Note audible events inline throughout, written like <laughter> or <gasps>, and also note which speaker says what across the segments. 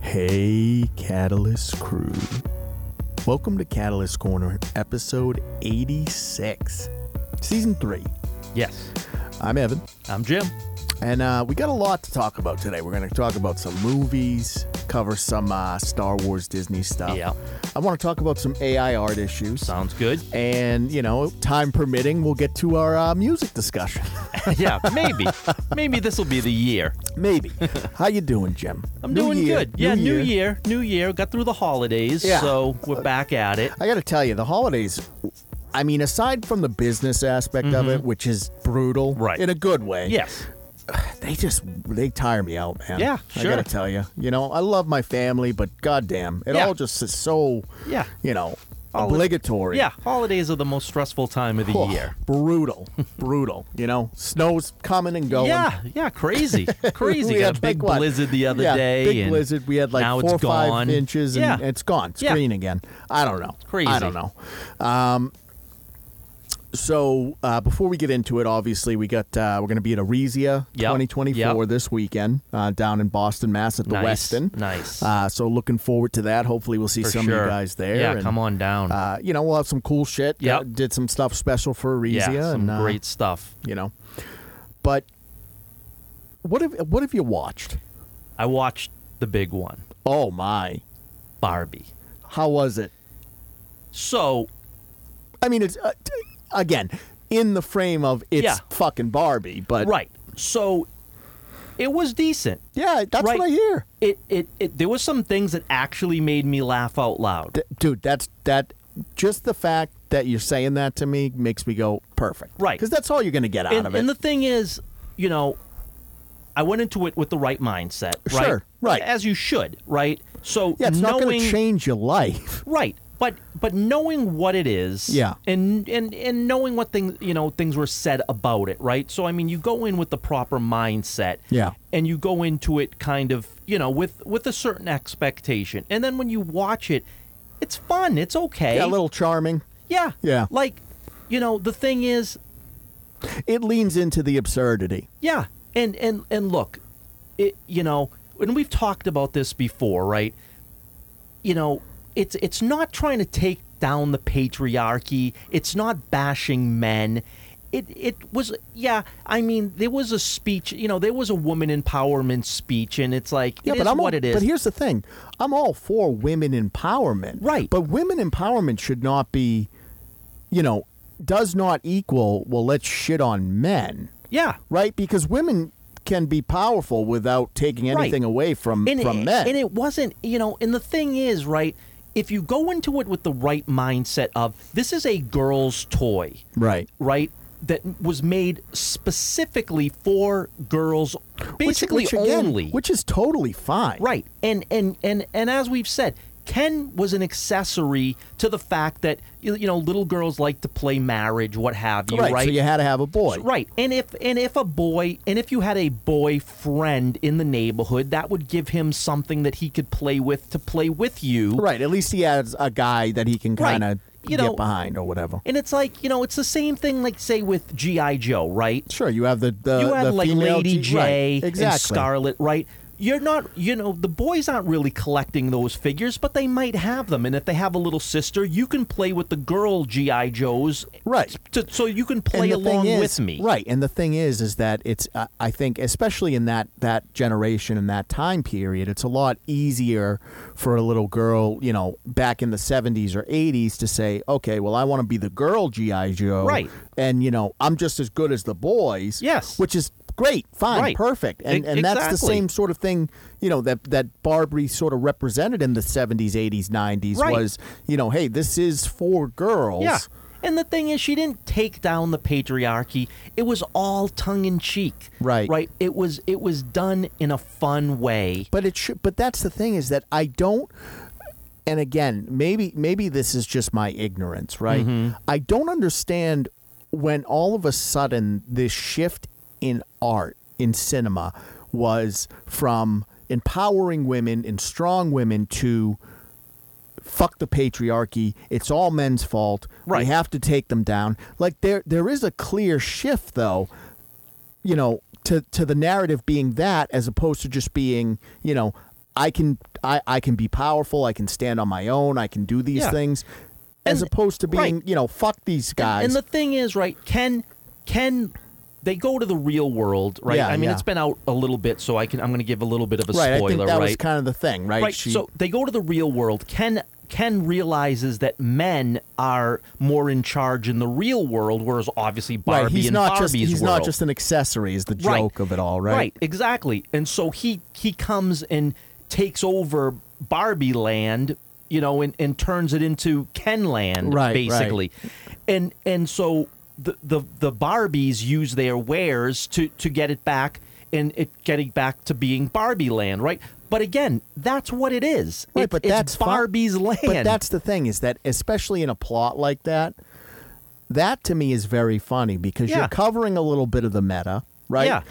Speaker 1: Hey, Catalyst crew. Welcome to Catalyst Corner, episode 86, season three.
Speaker 2: Yes.
Speaker 1: I'm Evan,
Speaker 2: I'm Jim.
Speaker 1: and uh, we got a lot to talk about today. We're going to talk about some movies, cover some uh, Star Wars Disney stuff.
Speaker 2: Yeah.
Speaker 1: I want to talk about some AI art issues.
Speaker 2: Sounds good.
Speaker 1: And, you know, time permitting, we'll get to our uh, music
Speaker 2: <laughs>
Speaker 1: discussion.
Speaker 2: <laughs> yeah, maybe. Maybe this will be the year.
Speaker 1: Maybe. How you doing, Jim?
Speaker 2: I'm
Speaker 1: New
Speaker 2: doing
Speaker 1: year,
Speaker 2: good. Yeah, new year. new year, Got through the holidays,
Speaker 1: Yeah.
Speaker 2: so we're back at it.
Speaker 1: I got to tell you, the holidays. I mean, aside from the business aspect of it, which is brutal,
Speaker 2: Mm-hmm. Right.
Speaker 1: in a good way.
Speaker 2: Yes.
Speaker 1: they just they tire me out, man.
Speaker 2: Yeah,
Speaker 1: I
Speaker 2: sure.
Speaker 1: gotta tell you, you know, I love my family, but goddamn, it
Speaker 2: Yeah.
Speaker 1: all just is so,
Speaker 2: Yeah.
Speaker 1: you know,
Speaker 2: Oh, it-
Speaker 1: obligatory.
Speaker 2: Yeah, holidays are the most stressful time of the
Speaker 1: Oh,
Speaker 2: year.
Speaker 1: brutal, brutal. You know, snow's coming and going.
Speaker 2: Yeah, yeah, crazy,
Speaker 1: <laughs>
Speaker 2: crazy.
Speaker 1: We
Speaker 2: Got
Speaker 1: had
Speaker 2: a big
Speaker 1: like, what?
Speaker 2: blizzard the other
Speaker 1: yeah,
Speaker 2: day.
Speaker 1: Big
Speaker 2: and
Speaker 1: blizzard. We had like
Speaker 2: now
Speaker 1: four or
Speaker 2: it's gone.
Speaker 1: five inches, and
Speaker 2: yeah.
Speaker 1: it's gone. It's
Speaker 2: Yeah.
Speaker 1: green again. I don't know. I
Speaker 2: Crazy.
Speaker 1: don't know. Um, so uh, before we get into it, obviously we got uh, we're going to be at Aresia
Speaker 2: Yep.
Speaker 1: 2024
Speaker 2: Yep.
Speaker 1: this weekend uh, down in Boston, Mass, at the
Speaker 2: nice,
Speaker 1: Westin.
Speaker 2: Nice.
Speaker 1: Uh, so looking forward to that. Hopefully we'll see
Speaker 2: for
Speaker 1: some of
Speaker 2: sure.
Speaker 1: you guys there.
Speaker 2: Yeah,
Speaker 1: and,
Speaker 2: come on down.
Speaker 1: Uh, you know we'll have some cool shit.
Speaker 2: Yep.
Speaker 1: Uh, did some stuff special for Aresia.
Speaker 2: yeah, some
Speaker 1: and, uh,
Speaker 2: great stuff.
Speaker 1: you know. But what have what have you watched?
Speaker 2: I watched the big one,
Speaker 1: Oh my,
Speaker 2: Barbie.
Speaker 1: how was it?
Speaker 2: So
Speaker 1: I mean, it's uh, t- again in the frame of it's
Speaker 2: Yeah.
Speaker 1: fucking Barbie, but
Speaker 2: right, so it was decent.
Speaker 1: yeah, that's
Speaker 2: Right.
Speaker 1: what I hear,
Speaker 2: it, it, it there were some things that actually made me laugh out loud.
Speaker 1: D- dude. That's that. Just the fact that you're saying that to me makes me go perfect,
Speaker 2: Right.
Speaker 1: Because that's all you're gonna get out
Speaker 2: and,
Speaker 1: of it.
Speaker 2: and the thing is, you know, I went into it with the right mindset, right?
Speaker 1: Sure, right.
Speaker 2: As you should, right? So
Speaker 1: yeah, it's not
Speaker 2: knowing
Speaker 1: gonna change your life. <laughs>
Speaker 2: right, but but knowing what it is,
Speaker 1: Yeah.
Speaker 2: and and and knowing what things you know things were said about it, right? So I mean, you go in with the proper mindset,
Speaker 1: Yeah.
Speaker 2: and you go into it kind of you know with with a certain expectation, and then when you watch it, it's fun, it's okay,
Speaker 1: Yeah, a little charming.
Speaker 2: Yeah.
Speaker 1: Yeah.
Speaker 2: Like, you know, the thing is,
Speaker 1: It leans into the absurdity.
Speaker 2: yeah. And and and look, it you know, and we've talked about this before, right? You know, it's it's not trying to take down the patriarchy. It's not bashing men. It it was yeah, I mean, there was a speech, you know, there was a woman empowerment speech and it's like
Speaker 1: Yeah,
Speaker 2: it
Speaker 1: but
Speaker 2: is
Speaker 1: I'm all-
Speaker 2: what it is.
Speaker 1: But here's the thing: I'm all for women empowerment,
Speaker 2: Right.
Speaker 1: But women empowerment should not be, you know, does not equal well. Let's shit on men,
Speaker 2: yeah.
Speaker 1: right? Because women can be powerful without taking
Speaker 2: Right.
Speaker 1: anything away from
Speaker 2: and
Speaker 1: from
Speaker 2: it,
Speaker 1: men.
Speaker 2: And it wasn't, you know, and the thing is, right, if you go into it with the right mindset of this is a girl's toy,
Speaker 1: right.
Speaker 2: right? That was made specifically for girls, basically
Speaker 1: which, which again,
Speaker 2: only.
Speaker 1: which is totally fine,
Speaker 2: right. And and and and as we've said, Ken was an accessory to the fact that you you know little girls like to play marriage, what have you,
Speaker 1: Right.
Speaker 2: right?
Speaker 1: So you had to have a boy,
Speaker 2: Right. And if and if a boy and if you had a boyfriend in the neighborhood, that would give him something that he could play with to play with you.
Speaker 1: Right. At least he has a guy that he can
Speaker 2: Right.
Speaker 1: kind of
Speaker 2: You
Speaker 1: get
Speaker 2: know-
Speaker 1: behind or whatever.
Speaker 2: And it's like, you know, it's the same thing like say with G.I. Joe, right?
Speaker 1: Sure, you have the the,
Speaker 2: you had
Speaker 1: Uh, the
Speaker 2: like
Speaker 1: female
Speaker 2: Lady
Speaker 1: G-
Speaker 2: J
Speaker 1: right,
Speaker 2: and
Speaker 1: exactly.
Speaker 2: Scarlet, right? You're not, you know, the boys aren't really collecting those figures, but they might have them. And if they have a little sister, you can play with the girl GI Joes,
Speaker 1: Right.
Speaker 2: To, so you can
Speaker 1: And
Speaker 2: play
Speaker 1: the
Speaker 2: along
Speaker 1: thing
Speaker 2: with
Speaker 1: is-
Speaker 2: me,
Speaker 1: Right, and the thing is, is that it's uh, I think especially in that that generation and that time period, it's a lot easier for a little girl, you know, back in the '70s or '80s to say, okay, well, I want to be the girl GI Joe,
Speaker 2: Right.
Speaker 1: And you know, I'm just as good as the boys,
Speaker 2: Yes.
Speaker 1: which is great, fine,
Speaker 2: Right.
Speaker 1: perfect, and
Speaker 2: E-
Speaker 1: and that's the
Speaker 2: exactly.
Speaker 1: same sort of thing, you know, that that Barbary sort of represented in the '70s, '80s, '90s
Speaker 2: Right.
Speaker 1: was, you know, hey, this is for girls,
Speaker 2: Yeah. And the thing is, she didn't take down the patriarchy. It was all tongue in cheek.
Speaker 1: Right.
Speaker 2: Right. It was it was done in a fun way.
Speaker 1: But it should. But that's the thing is that I don't. And again, maybe maybe this is just my ignorance, right? I don't understand when all of a sudden this shift in art in cinema was from empowering women and strong women to fuck the patriarchy. It's all men's fault. We
Speaker 2: Right.
Speaker 1: have to take them down. Like there there is a clear shift though, you know, to to the narrative being that as opposed to just being, you know, I can I, I can be powerful. I can stand on my own. I can do these
Speaker 2: Yeah.
Speaker 1: things, as
Speaker 2: And-
Speaker 1: opposed to being
Speaker 2: right.
Speaker 1: you know fuck these guys.
Speaker 2: And, and the thing is, right? Can can they go to the real world, right?
Speaker 1: Yeah,
Speaker 2: I mean,
Speaker 1: yeah.
Speaker 2: it's been out a little bit, so I can I'm going to give a little bit of a
Speaker 1: right, I
Speaker 2: spoiler,
Speaker 1: think that
Speaker 2: right?
Speaker 1: was kind of the thing, right?
Speaker 2: right.
Speaker 1: She-
Speaker 2: so they go to the real world. Ken Ken realizes that men are more in charge in the real world, whereas obviously Barbie
Speaker 1: right, he's
Speaker 2: and
Speaker 1: not
Speaker 2: Barbie's
Speaker 1: just he's
Speaker 2: world.
Speaker 1: not just an accessory. Is the
Speaker 2: Right.
Speaker 1: joke of it all, right?
Speaker 2: Right, exactly. And so he he comes and takes over Barbie Land, you know, and, and turns it into Ken Land,
Speaker 1: Right, right.
Speaker 2: basically. And and so the, the the Barbies use their wares to to get it back and it getting back to being Barbie Land, right? But again, that's what it is.
Speaker 1: Right,
Speaker 2: It's-
Speaker 1: but
Speaker 2: it's
Speaker 1: that's fu-
Speaker 2: Barbie's land.
Speaker 1: But that's the thing is that especially in a plot like that, that to me is very funny because
Speaker 2: Yeah.
Speaker 1: you're covering a little bit of the meta, right?
Speaker 2: Yeah.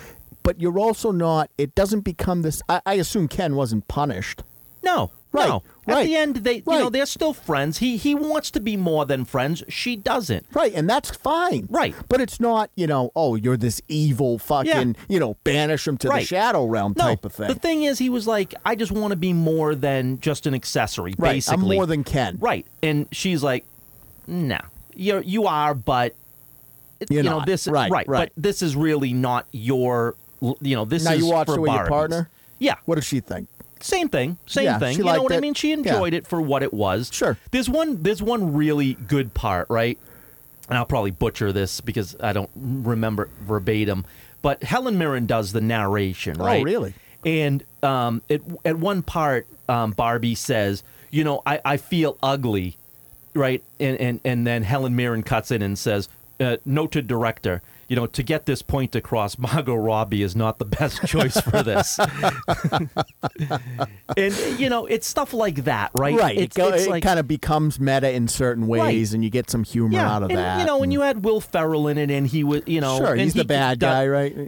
Speaker 1: But you're also not. It doesn't become this. I, I assume Ken wasn't punished.
Speaker 2: No.
Speaker 1: Right,
Speaker 2: No. At
Speaker 1: right,
Speaker 2: the end they you know,
Speaker 1: right.
Speaker 2: they're still friends. He he wants to be more than friends. She doesn't.
Speaker 1: Right, and that's fine.
Speaker 2: Right.
Speaker 1: But it's not, you know, oh, you're this evil fucking, you know, banish him to the
Speaker 2: Right.
Speaker 1: shadow realm
Speaker 2: No,
Speaker 1: type of thing.
Speaker 2: The thing is, he was like, I just want to be more than just an accessory,
Speaker 1: right.
Speaker 2: basically.
Speaker 1: I'm more than Ken.
Speaker 2: Right. And she's like, nah, you're, you are, but,
Speaker 1: You're
Speaker 2: you know,
Speaker 1: not.
Speaker 2: this,
Speaker 1: Right, right.
Speaker 2: But this is really not your, you know, this
Speaker 1: Now
Speaker 2: is
Speaker 1: you watched
Speaker 2: for
Speaker 1: it with your
Speaker 2: Barbies.
Speaker 1: partner?
Speaker 2: Yeah.
Speaker 1: What does she think?
Speaker 2: Same thing. Same
Speaker 1: Yeah,
Speaker 2: thing.
Speaker 1: she
Speaker 2: You know
Speaker 1: liked
Speaker 2: what I
Speaker 1: it.
Speaker 2: mean? She
Speaker 1: Yeah.
Speaker 2: enjoyed it for what it was.
Speaker 1: Sure.
Speaker 2: There's one, there's one really good part, right? And I'll probably butcher this because I don't remember verbatim, but Helen Mirren does the narration,
Speaker 1: Oh,
Speaker 2: right?
Speaker 1: really?
Speaker 2: And um, at at one part, um, Barbie says, "You know, I, I feel ugly," right? And and and then Helen Mirren cuts in and says, uh, "Noted director." You know, to get this point across, <laughs> Margot Robbie is not the best choice
Speaker 1: <laughs>
Speaker 2: for this. and you know, it's stuff like that, right?
Speaker 1: Right.
Speaker 2: It's,
Speaker 1: it go,
Speaker 2: it's
Speaker 1: it
Speaker 2: like-
Speaker 1: kind of becomes meta in certain ways, and you get some humor
Speaker 2: yeah,
Speaker 1: out of
Speaker 2: and,
Speaker 1: that.
Speaker 2: You know, when you had Will Ferrell in it, and he was, you know,
Speaker 1: sure,
Speaker 2: and
Speaker 1: he's
Speaker 2: he
Speaker 1: the bad
Speaker 2: done-
Speaker 1: guy, right? Or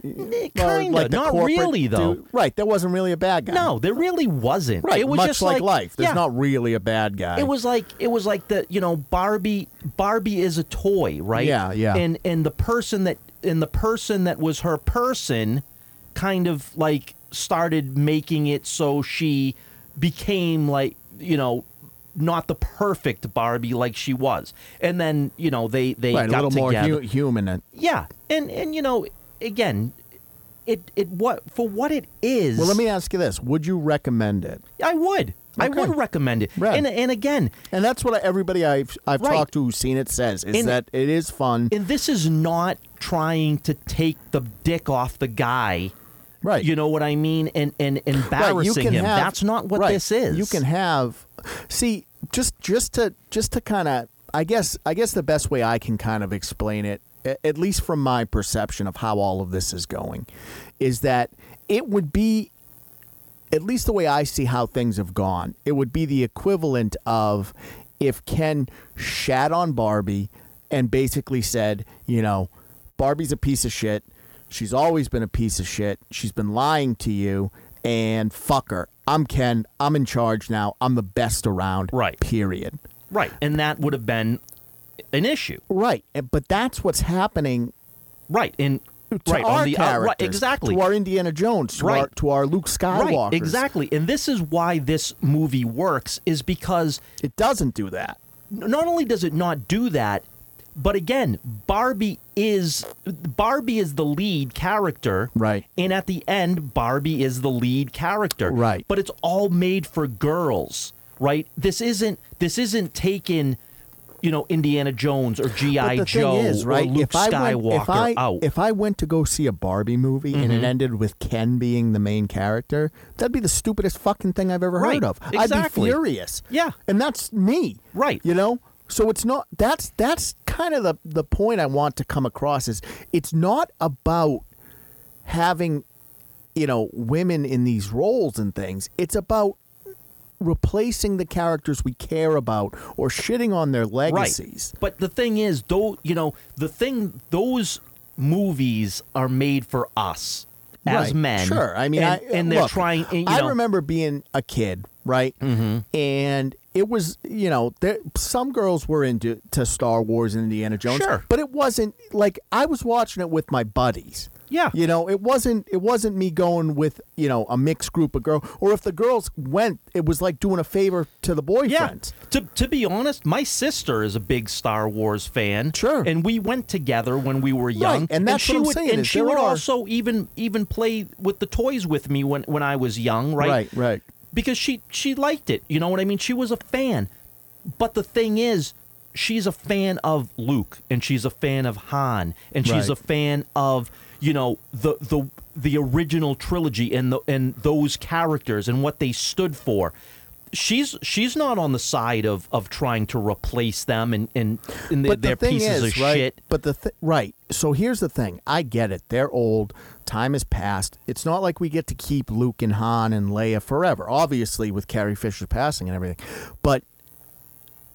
Speaker 1: the
Speaker 2: kinda, not
Speaker 1: corporate
Speaker 2: really, though.
Speaker 1: dude- Right, there wasn't really a bad guy.
Speaker 2: No, there really wasn't.
Speaker 1: right.
Speaker 2: It was
Speaker 1: much
Speaker 2: just
Speaker 1: like,
Speaker 2: like,
Speaker 1: life, there's
Speaker 2: yeah,
Speaker 1: not really a bad guy.
Speaker 2: It was like it was like the you know Barbie. Barbie is a toy, right?
Speaker 1: Yeah, yeah.
Speaker 2: And and the person that and the person that was her person, kind of like started making it so she became like you know not the perfect Barbie like she was. And then you know they they
Speaker 1: right, a
Speaker 2: got
Speaker 1: little more hu-
Speaker 2: together.
Speaker 1: human. uh,
Speaker 2: yeah, and and you know again, it it what for what it is.
Speaker 1: Well, let me ask you this: Would you recommend it?
Speaker 2: I would. I
Speaker 1: Okay.
Speaker 2: would recommend it.
Speaker 1: Right.
Speaker 2: And and again,
Speaker 1: And that's what I, everybody I've I've
Speaker 2: Right.
Speaker 1: talked to who's seen it says is
Speaker 2: And-
Speaker 1: that it is fun.
Speaker 2: and this is not trying to take the dick off the guy.
Speaker 1: right.
Speaker 2: You know what I mean? And and embarrassing
Speaker 1: right, you can
Speaker 2: him.
Speaker 1: Have,
Speaker 2: That's not what
Speaker 1: right,
Speaker 2: this is.
Speaker 1: You can have see just just to just to kind of I guess I guess the best way I can kind of explain it a- at least from my perception of how all of this is going is that it would be at least the way I see how things have gone, it would be the equivalent of if Ken shat on Barbie and basically said, you know, Barbie's a piece of shit. She's always been a piece of shit. She's been lying to you and fuck her. I'm Ken. I'm in charge now. I'm the best around.
Speaker 2: Right.
Speaker 1: Period.
Speaker 2: right. And that would have been an issue.
Speaker 1: Right. And- But that's what's happening
Speaker 2: Right. And
Speaker 1: to
Speaker 2: right
Speaker 1: our
Speaker 2: on the uh,
Speaker 1: characters,
Speaker 2: right, exactly.
Speaker 1: to our Indiana Jones, to, our,
Speaker 2: Right.
Speaker 1: to our Luke
Speaker 2: right.
Speaker 1: Skywalker.
Speaker 2: Exactly. And this is why this movie works is because
Speaker 1: It doesn't do that.
Speaker 2: not only does it not do that, but again, Barbie is Barbie is the lead character.
Speaker 1: Right.
Speaker 2: And at the end, Barbie is the lead character.
Speaker 1: Right.
Speaker 2: But it's all made for girls, right? This isn't this isn't taking you know, Indiana Jones or
Speaker 1: But
Speaker 2: G.I.
Speaker 1: the thing
Speaker 2: Joe
Speaker 1: is, right?
Speaker 2: or Luke
Speaker 1: if I
Speaker 2: Skywalker
Speaker 1: went, if I,
Speaker 2: out. Mm-hmm.
Speaker 1: If I went to go see a Barbie movie and it ended with Ken being the main character, that'd be the stupidest fucking thing I've ever
Speaker 2: Right,
Speaker 1: heard of. I'd be
Speaker 2: exactly.
Speaker 1: furious.
Speaker 2: Yeah.
Speaker 1: and that's me.
Speaker 2: Right.
Speaker 1: You know. So it's not. That's that's kind of the the point I want to come across is it's not about having, you know, women in these roles and things. It's about replacing the characters we care about or shitting on their legacies.
Speaker 2: But the thing is, though, you know, the thing those movies are made for us as
Speaker 1: Right.
Speaker 2: men.
Speaker 1: Sure, I mean,
Speaker 2: and,
Speaker 1: I,
Speaker 2: and they're
Speaker 1: look,
Speaker 2: trying. and, You
Speaker 1: I
Speaker 2: know,
Speaker 1: remember being a kid, right? Mm-hmm. And it was you know there some girls were into to Star Wars and Indiana Jones,
Speaker 2: Sure.
Speaker 1: but it wasn't like I was watching it with my buddies.
Speaker 2: Yeah.
Speaker 1: you know it wasn't it wasn't me going with you know a mixed group of girls, or if the girls went, it was like doing a favor to the boyfriends.
Speaker 2: Yeah. To to be honest, my sister is a big Star Wars fan.
Speaker 1: Sure.
Speaker 2: And we went together when we were young.
Speaker 1: and that's
Speaker 2: she
Speaker 1: what I'm
Speaker 2: would
Speaker 1: saying
Speaker 2: and
Speaker 1: is
Speaker 2: she
Speaker 1: there
Speaker 2: would
Speaker 1: are-
Speaker 2: also even even play with the toys with me when when I was young, right?
Speaker 1: right, right.
Speaker 2: Because she she liked it. You know what I mean? She was a fan. But the thing is, she's a fan of Luke and she's a fan of Han and she's
Speaker 1: Right.
Speaker 2: a fan of, you know, the the the original trilogy and the and those characters and what they stood for. She's she's not on the side of, of trying to replace them and and, and their,
Speaker 1: but the
Speaker 2: their
Speaker 1: thing
Speaker 2: pieces
Speaker 1: is,
Speaker 2: of
Speaker 1: right,
Speaker 2: shit.
Speaker 1: But the th- right. So here's the thing. I get it. They're old. Time has passed. It's not like we get to keep Luke and Han and Leia forever. Obviously, with Carrie Fisher passing and everything, but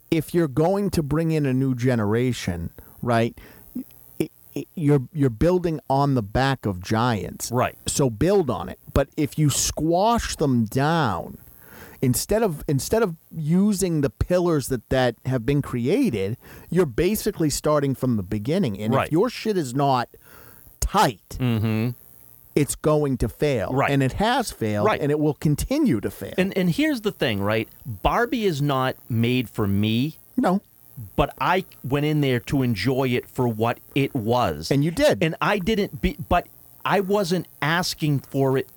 Speaker 1: if you're going to bring in a new generation, right? it- it- You're you're building on the back of giants,
Speaker 2: Right.
Speaker 1: So build on it. But if you squash them down, instead of instead of using the pillars that that have been created, you're basically starting from the beginning. And
Speaker 2: Right. Mm.
Speaker 1: if your shit is not tight, it's going to fail.
Speaker 2: Right.
Speaker 1: And it has failed.
Speaker 2: Right.
Speaker 1: And it will continue to fail.
Speaker 2: And and here's the thing, right? Barbie is not made for me.
Speaker 1: no.
Speaker 2: but I went in there to enjoy it for what it was.
Speaker 1: And you did.
Speaker 2: And I didn't be but I wasn't asking for it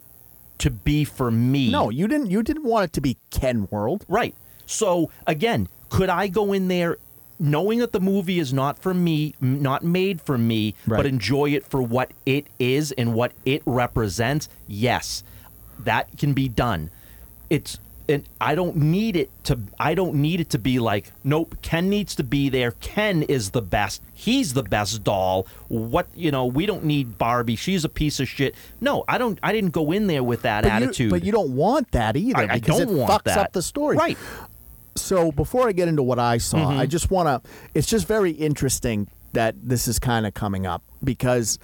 Speaker 2: to be for me.
Speaker 1: no, you didn't you didn't want it to be Ken World.
Speaker 2: Right. So again, could I go in there knowing that the movie is not for me, m- not made for me,
Speaker 1: Right.
Speaker 2: but enjoy it for what it is and what it represents? Yes. That can be done. It's and I don't need it to I don't need it to be like, nope, Ken needs to be there. Ken is the best. He's the best doll. What, you know, we don't need Barbie. She's a piece of shit. No, I don't I didn't go in there with that
Speaker 1: But you-
Speaker 2: attitude.
Speaker 1: but you don't want that either
Speaker 2: I, I
Speaker 1: because
Speaker 2: don't
Speaker 1: it
Speaker 2: want
Speaker 1: fucks
Speaker 2: that.
Speaker 1: up the story.
Speaker 2: Right.
Speaker 1: so before I get into what I saw,
Speaker 2: Mm-hmm.
Speaker 1: I just want to. It's just very interesting that this is kind of coming up because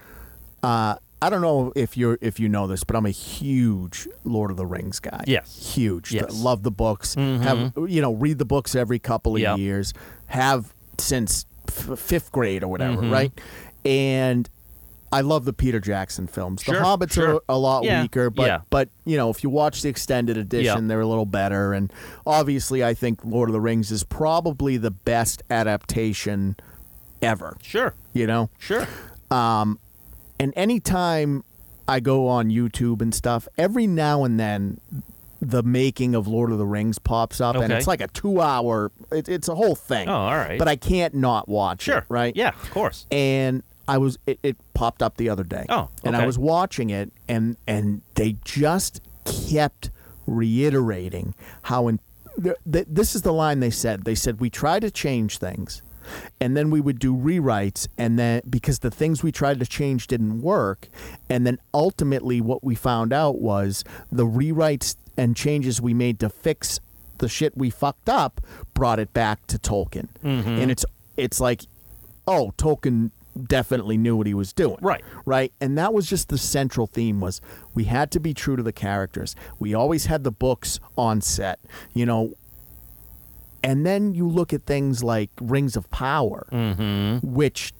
Speaker 1: uh, I don't know if you're if you know this, but I'm a huge Lord of the Rings guy.
Speaker 2: Yes.
Speaker 1: huge.
Speaker 2: Yes. Mm-hmm.
Speaker 1: love the books. Have you know read the books every couple of
Speaker 2: Yep.
Speaker 1: years. Have since f- fifth grade or whatever,
Speaker 2: Mm-hmm.
Speaker 1: right? And I love the Peter Jackson films. The
Speaker 2: Sure,
Speaker 1: Hobbits
Speaker 2: sure.
Speaker 1: are a lot
Speaker 2: Yeah,
Speaker 1: weaker, but
Speaker 2: yeah.
Speaker 1: but you know if you watch the extended edition,
Speaker 2: Yeah.
Speaker 1: they're a little better. And obviously, I think Lord of the Rings is probably the best adaptation ever.
Speaker 2: Sure.
Speaker 1: You know,
Speaker 2: Sure.
Speaker 1: and anytime I go on YouTube and stuff, every now and then the making of Lord of the Rings pops up, and
Speaker 2: Okay.
Speaker 1: it's like a two-hour. It, it's a whole thing.
Speaker 2: Oh, all right.
Speaker 1: But I can't not watch.
Speaker 2: Sure.
Speaker 1: It, right.
Speaker 2: Yeah, of course.
Speaker 1: and I was it, it popped up the other day.
Speaker 2: Oh,
Speaker 1: and I
Speaker 2: okay.
Speaker 1: was watching it, and and they just kept reiterating how in th- th- this is the line they said. They said we try to change things, and then we would do rewrites, and then because the things we tried to change didn't work, and then ultimately what we found out was the rewrites and changes we made to fix the shit we fucked up brought it back to Tolkien, and it's it's like oh tolkien definitely knew what he was doing
Speaker 2: Right.
Speaker 1: right and that was just the central theme was we had to be true to the characters we always had the books on set you know and then you look at things like rings of power
Speaker 2: Mm-hmm.
Speaker 1: which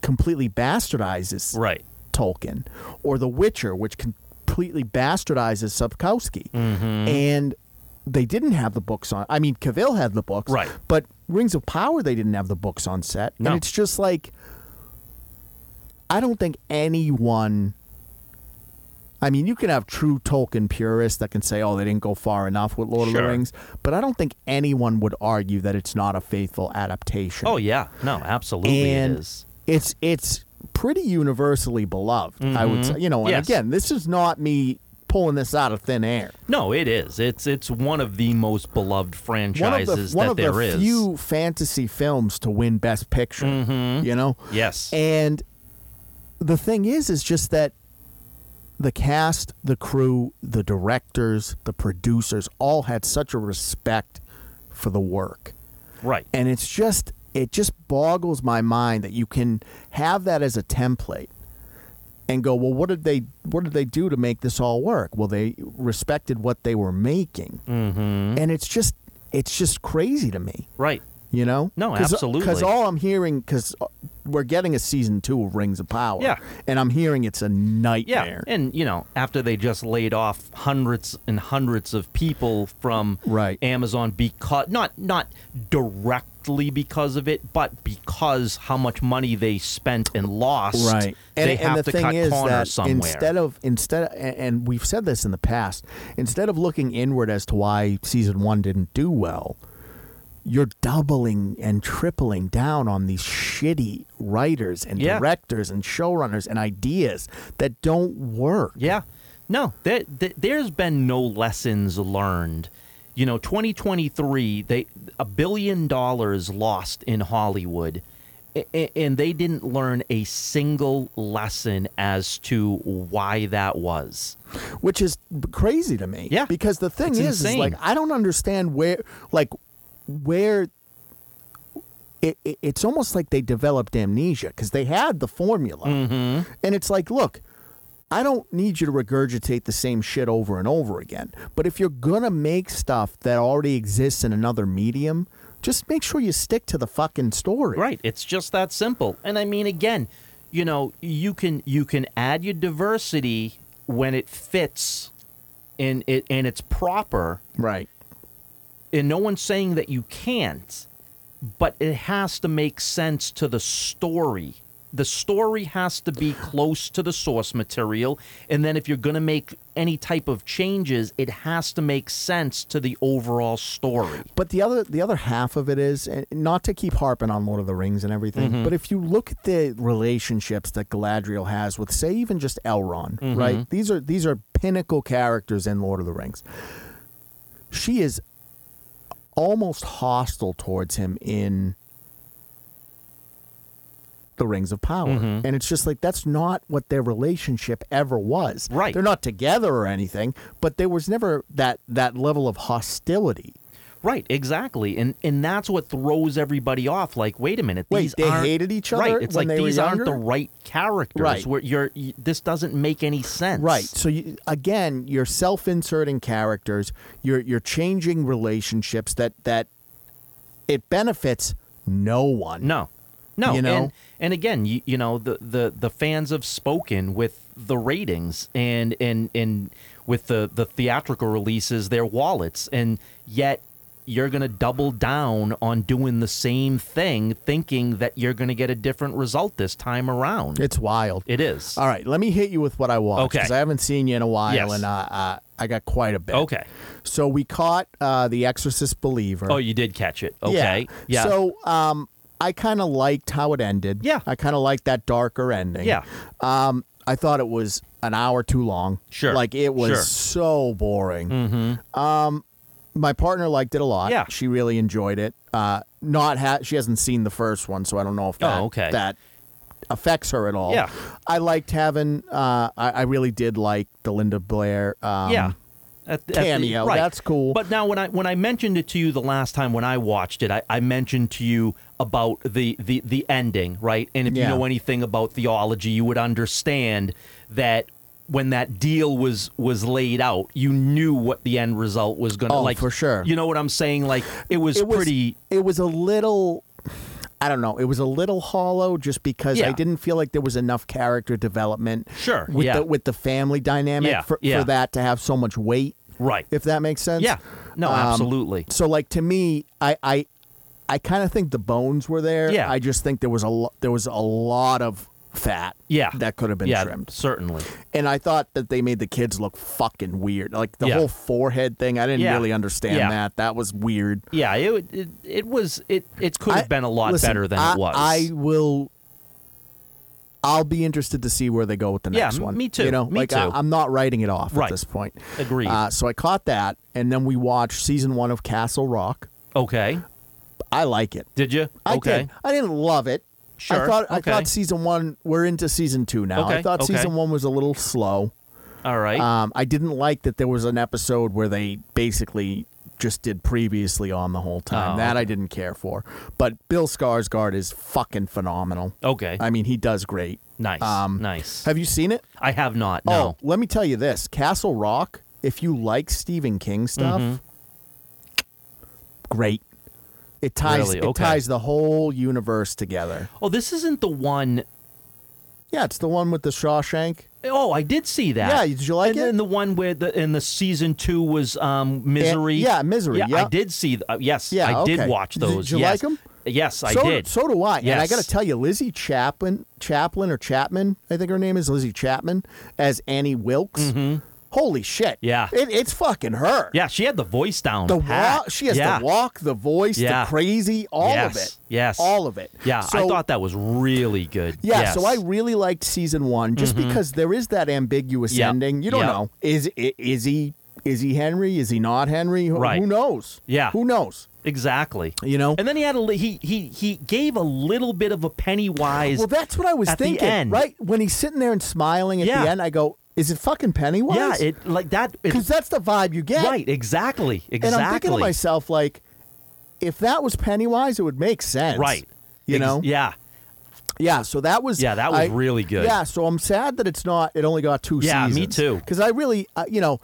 Speaker 1: completely bastardizes
Speaker 2: Right.
Speaker 1: Tolkien, or The Witcher, which completely bastardizes Sapkowski.
Speaker 2: Mm-hmm.
Speaker 1: And they didn't have the books on. I mean, Cavill had the books,
Speaker 2: Right.
Speaker 1: But Rings of Power, they didn't have the books on set,
Speaker 2: No.
Speaker 1: and it's just like I don't think anyone. I mean, you can have true Tolkien purists that can say, "Oh, they didn't go far enough with Lord of the
Speaker 2: Sure.
Speaker 1: Rings," but I don't think anyone would argue that it's not a faithful adaptation
Speaker 2: Oh yeah. No, absolutely
Speaker 1: and
Speaker 2: it is.
Speaker 1: it's it's pretty universally beloved. I would say, you know, and
Speaker 2: Mm-hmm. Yes.
Speaker 1: again, this is not me pulling this out of thin air.
Speaker 2: No, it is. It's it's one of the most beloved
Speaker 1: One of
Speaker 2: franchises
Speaker 1: the one
Speaker 2: that
Speaker 1: of
Speaker 2: there
Speaker 1: the
Speaker 2: is.
Speaker 1: few fantasy films to win Best Picture.
Speaker 2: Mm-hmm.
Speaker 1: You know,
Speaker 2: yes.
Speaker 1: and the thing is, is just that the cast, the crew, the directors, the producers all had such a respect for the work.
Speaker 2: right.
Speaker 1: and it's just it just boggles my mind that you can have that as a template and go well what did they what did they do to make this all work well they respected what they were making mm-hmm. and it's just it's just crazy to me.
Speaker 2: Right.
Speaker 1: You know?
Speaker 2: No, absolutely.
Speaker 1: Because all I'm hearing, because we're getting a season two of Rings of Power.
Speaker 2: Yeah.
Speaker 1: And I'm hearing it's a
Speaker 2: Yeah.
Speaker 1: nightmare.
Speaker 2: And, you know, after they just laid off hundreds and hundreds of people from
Speaker 1: Right.
Speaker 2: Amazon because not not directly because of it, but because how much money they spent and lost.
Speaker 1: Right.
Speaker 2: They
Speaker 1: and,
Speaker 2: have
Speaker 1: and the
Speaker 2: to
Speaker 1: thing
Speaker 2: cut
Speaker 1: is
Speaker 2: corners
Speaker 1: that
Speaker 2: somewhere.
Speaker 1: instead of instead of, and- and we've said this in the past, instead of looking inward as to why season 1 didn't do well, you're doubling and tripling down on these shitty writers and
Speaker 2: Yeah.
Speaker 1: directors and showrunners and ideas that don't work.
Speaker 2: Yeah. No, there, there, there's been no lessons learned. You know, 2023, they a billion dollars lost in Hollywood, a- a- and they didn't learn a single lesson as to why that was.
Speaker 1: which is b- crazy to me.
Speaker 2: Yeah.
Speaker 1: because the thing
Speaker 2: It's
Speaker 1: is, is,
Speaker 2: insane.
Speaker 1: like, I don't understand where, like, where. It, it, it's almost like they developed amnesia because they had the formula,
Speaker 2: Mm-hmm.
Speaker 1: and it's like, look, I don't need you to regurgitate the same shit over and over again. But if you're gonna make stuff that already exists in another medium, just make sure you stick to the fucking story.
Speaker 2: Right. It's just that simple. And I mean, again, you know, you can you can add your diversity when it fits, and it and it's proper.
Speaker 1: Right.
Speaker 2: and no one's saying that you can't, but it has to make sense to the story. The story has to be close to the source material, and then if you're going to make any type of changes, it has to make sense to the overall story.
Speaker 1: But the other the other half of it is and not to keep harping on Lord of the Rings and everything, but if you look at the relationships that Galadriel has with say even just Elrond, right? These are these are pinnacle characters in Lord of the Rings. She is almost hostile towards him in the Rings of Power. And it's just like that's not what their relationship ever was.
Speaker 2: Right.
Speaker 1: They're not together or anything, but there was never that that level of hostility.
Speaker 2: Right, exactly. And and that's what throws everybody off like, wait a minute,
Speaker 1: Wait,
Speaker 2: these
Speaker 1: they
Speaker 2: aren't-
Speaker 1: hated each other
Speaker 2: Right, it's
Speaker 1: when
Speaker 2: like
Speaker 1: they were
Speaker 2: these aren't the
Speaker 1: younger?
Speaker 2: right characters
Speaker 1: Right.
Speaker 2: where you're y this doesn't make any sense.
Speaker 1: Right. So you, again, you're self-inserting characters. You're you're changing relationships that that it benefits no one.
Speaker 2: No, no.
Speaker 1: You know?
Speaker 2: and, and again, you, you know the, the the fans have spoken with the ratings and and and with the the theatrical releases, their wallets, and yet you're gonna double down on doing the same thing, thinking that you're gonna get a different result this time around.
Speaker 1: It's wild.
Speaker 2: it is
Speaker 1: All right, let me hit you with what I watched
Speaker 2: Okay.
Speaker 1: because I haven't seen you in a while,
Speaker 2: Yes.
Speaker 1: and uh, uh, I got quite a bit.
Speaker 2: okay.
Speaker 1: So we caught uh, the Exorcist believer.
Speaker 2: Oh, you did catch it. Okay, yeah.
Speaker 1: So um, I kind of liked how it ended.
Speaker 2: Yeah.
Speaker 1: I kind of liked that darker ending.
Speaker 2: Yeah.
Speaker 1: Um, I thought it was an hour too long.
Speaker 2: Sure.
Speaker 1: Like it was
Speaker 2: Sure.
Speaker 1: so boring. Mm-hmm. Um, my partner liked it a lot.
Speaker 2: Yeah.
Speaker 1: She really enjoyed it. Uh, not ha- she hasn't seen the first one, so I don't know if
Speaker 2: Oh,
Speaker 1: that
Speaker 2: okay.
Speaker 1: that affects her at all.
Speaker 2: Yeah.
Speaker 1: I liked having. Uh, I, I really did like the Linda Blair. Um,
Speaker 2: yeah. At the- at the-
Speaker 1: cameo. That's cool.
Speaker 2: But now, when I when I mentioned it to you the last time when I watched it, I, I mentioned to you about the the the ending, right? And if
Speaker 1: Yeah.
Speaker 2: you know anything about theology, you would understand that when that deal was was laid out, you knew what the end result was going to
Speaker 1: Oh,
Speaker 2: like.
Speaker 1: for sure.
Speaker 2: You know what I'm saying? Like it was,
Speaker 1: it was
Speaker 2: pretty.
Speaker 1: It was a little. I don't know. It was a little hollow, just because
Speaker 2: Yeah.
Speaker 1: I didn't feel like there was enough character development.
Speaker 2: Sure,
Speaker 1: With
Speaker 2: yeah.
Speaker 1: the with the family dynamic
Speaker 2: Yeah,
Speaker 1: for,
Speaker 2: yeah.
Speaker 1: for that to have so much weight,
Speaker 2: Right.
Speaker 1: if that makes sense.
Speaker 2: Yeah. No,
Speaker 1: Um,
Speaker 2: absolutely.
Speaker 1: So like to me, I I, I kind of think the bones were there.
Speaker 2: Yeah.
Speaker 1: I just think there was a lo- there was a lot of fat.
Speaker 2: Yeah.
Speaker 1: That could have been
Speaker 2: yeah,
Speaker 1: trimmed.
Speaker 2: certainly.
Speaker 1: And I thought that they made the kids look fucking weird. Like the
Speaker 2: Yeah.
Speaker 1: whole forehead thing. I didn't
Speaker 2: Yeah.
Speaker 1: really understand
Speaker 2: Yeah.
Speaker 1: that. That was weird.
Speaker 2: Yeah, it, it it was it it could
Speaker 1: I-
Speaker 2: have been a lot
Speaker 1: listen,
Speaker 2: better than
Speaker 1: I,
Speaker 2: it was.
Speaker 1: I will. I'll be interested to see where they go with the
Speaker 2: Yeah,
Speaker 1: next
Speaker 2: m-
Speaker 1: one.
Speaker 2: me too,
Speaker 1: You know,
Speaker 2: me
Speaker 1: like I,
Speaker 2: too.
Speaker 1: I'm not writing it off at
Speaker 2: Right.
Speaker 1: this point.
Speaker 2: Agreed.
Speaker 1: Uh, so I caught that, and then we watched season one of Castle Rock.
Speaker 2: okay.
Speaker 1: I like it.
Speaker 2: Did you?
Speaker 1: I
Speaker 2: okay.
Speaker 1: did. I didn't love it. I
Speaker 2: Sure,
Speaker 1: thought I
Speaker 2: okay.
Speaker 1: thought season one. We're into season two now. I
Speaker 2: Okay,
Speaker 1: thought
Speaker 2: okay.
Speaker 1: season one was a little slow.
Speaker 2: All right.
Speaker 1: Um, I didn't like that there was an episode where they basically just did previously on the whole time.
Speaker 2: Oh,
Speaker 1: that I didn't care for. But Bill Skarsgård is fucking phenomenal.
Speaker 2: okay.
Speaker 1: I mean, he does great.
Speaker 2: nice.
Speaker 1: um,
Speaker 2: nice.
Speaker 1: Have you seen it?
Speaker 2: I have not. No.
Speaker 1: Oh, let me tell you
Speaker 2: Mm-hmm.
Speaker 1: this: Castle Rock. If you like Stephen King stuff, great. It ties
Speaker 2: Really?
Speaker 1: it
Speaker 2: Okay.
Speaker 1: ties the whole universe together.
Speaker 2: Oh, this isn't the one
Speaker 1: Yeah, it's the one with the Shawshank.
Speaker 2: Oh, I did see that.
Speaker 1: Yeah, did you like
Speaker 2: and
Speaker 1: it? Eh,
Speaker 2: then the one where the in the season two was um, Misery.
Speaker 1: yeah, Misery,
Speaker 2: Yeah, I
Speaker 1: yeah.
Speaker 2: did see. Th- uh, yes,
Speaker 1: Yeah,
Speaker 2: I did
Speaker 1: okay.
Speaker 2: watch
Speaker 1: Did-
Speaker 2: those.
Speaker 1: did you
Speaker 2: yes.
Speaker 1: like 'em?
Speaker 2: Yes, I
Speaker 1: so,
Speaker 2: did.
Speaker 1: So do I. And I
Speaker 2: Yes.
Speaker 1: got to tell you, Lizzie Chaplin, Chaplin or Chapman, I think her name is Lizzie Chapman, as Annie Wilkes. Holy shit!
Speaker 2: Mm-hmm. Yeah.
Speaker 1: it, it's fucking her.
Speaker 2: yeah, she had the voice down.
Speaker 1: The
Speaker 2: pat.
Speaker 1: walk, she has
Speaker 2: yeah.
Speaker 1: the walk, the voice,
Speaker 2: Yeah.
Speaker 1: the crazy, all
Speaker 2: yes.
Speaker 1: of it.
Speaker 2: Yes,
Speaker 1: all of it.
Speaker 2: Yeah, I
Speaker 1: So-
Speaker 2: thought that was really good.
Speaker 1: Yeah,
Speaker 2: Yes. Mm-hmm.
Speaker 1: so I really liked season one just because there is that ambiguous
Speaker 2: Yep.
Speaker 1: ending. You don't
Speaker 2: Yep.
Speaker 1: know is i- is he is he Henry? Is he not Henry? Who,
Speaker 2: Right.
Speaker 1: who knows?
Speaker 2: Yeah.
Speaker 1: who knows?
Speaker 2: exactly.
Speaker 1: You know.
Speaker 2: And then he had a li- he he he gave a little bit of a Pennywise.
Speaker 1: well, that's what I was
Speaker 2: at the
Speaker 1: thinking.
Speaker 2: end.
Speaker 1: Right when he's sitting there and smiling at
Speaker 2: Yeah.
Speaker 1: the end, I go, "Is it fucking Pennywise?"
Speaker 2: yeah, it like that. it-
Speaker 1: because that's the vibe you get.
Speaker 2: right, exactly, exactly.
Speaker 1: And I'm thinking to myself, like, if that was Pennywise, it would make sense.
Speaker 2: right,
Speaker 1: You
Speaker 2: Ex-
Speaker 1: know.
Speaker 2: yeah,
Speaker 1: Yeah, so that was
Speaker 2: Yeah, that was really good.
Speaker 1: Yeah, so I'm sad that it's not. It only got two
Speaker 2: Yeah, me
Speaker 1: seasons.
Speaker 2: too.
Speaker 1: Because I really, uh, you know,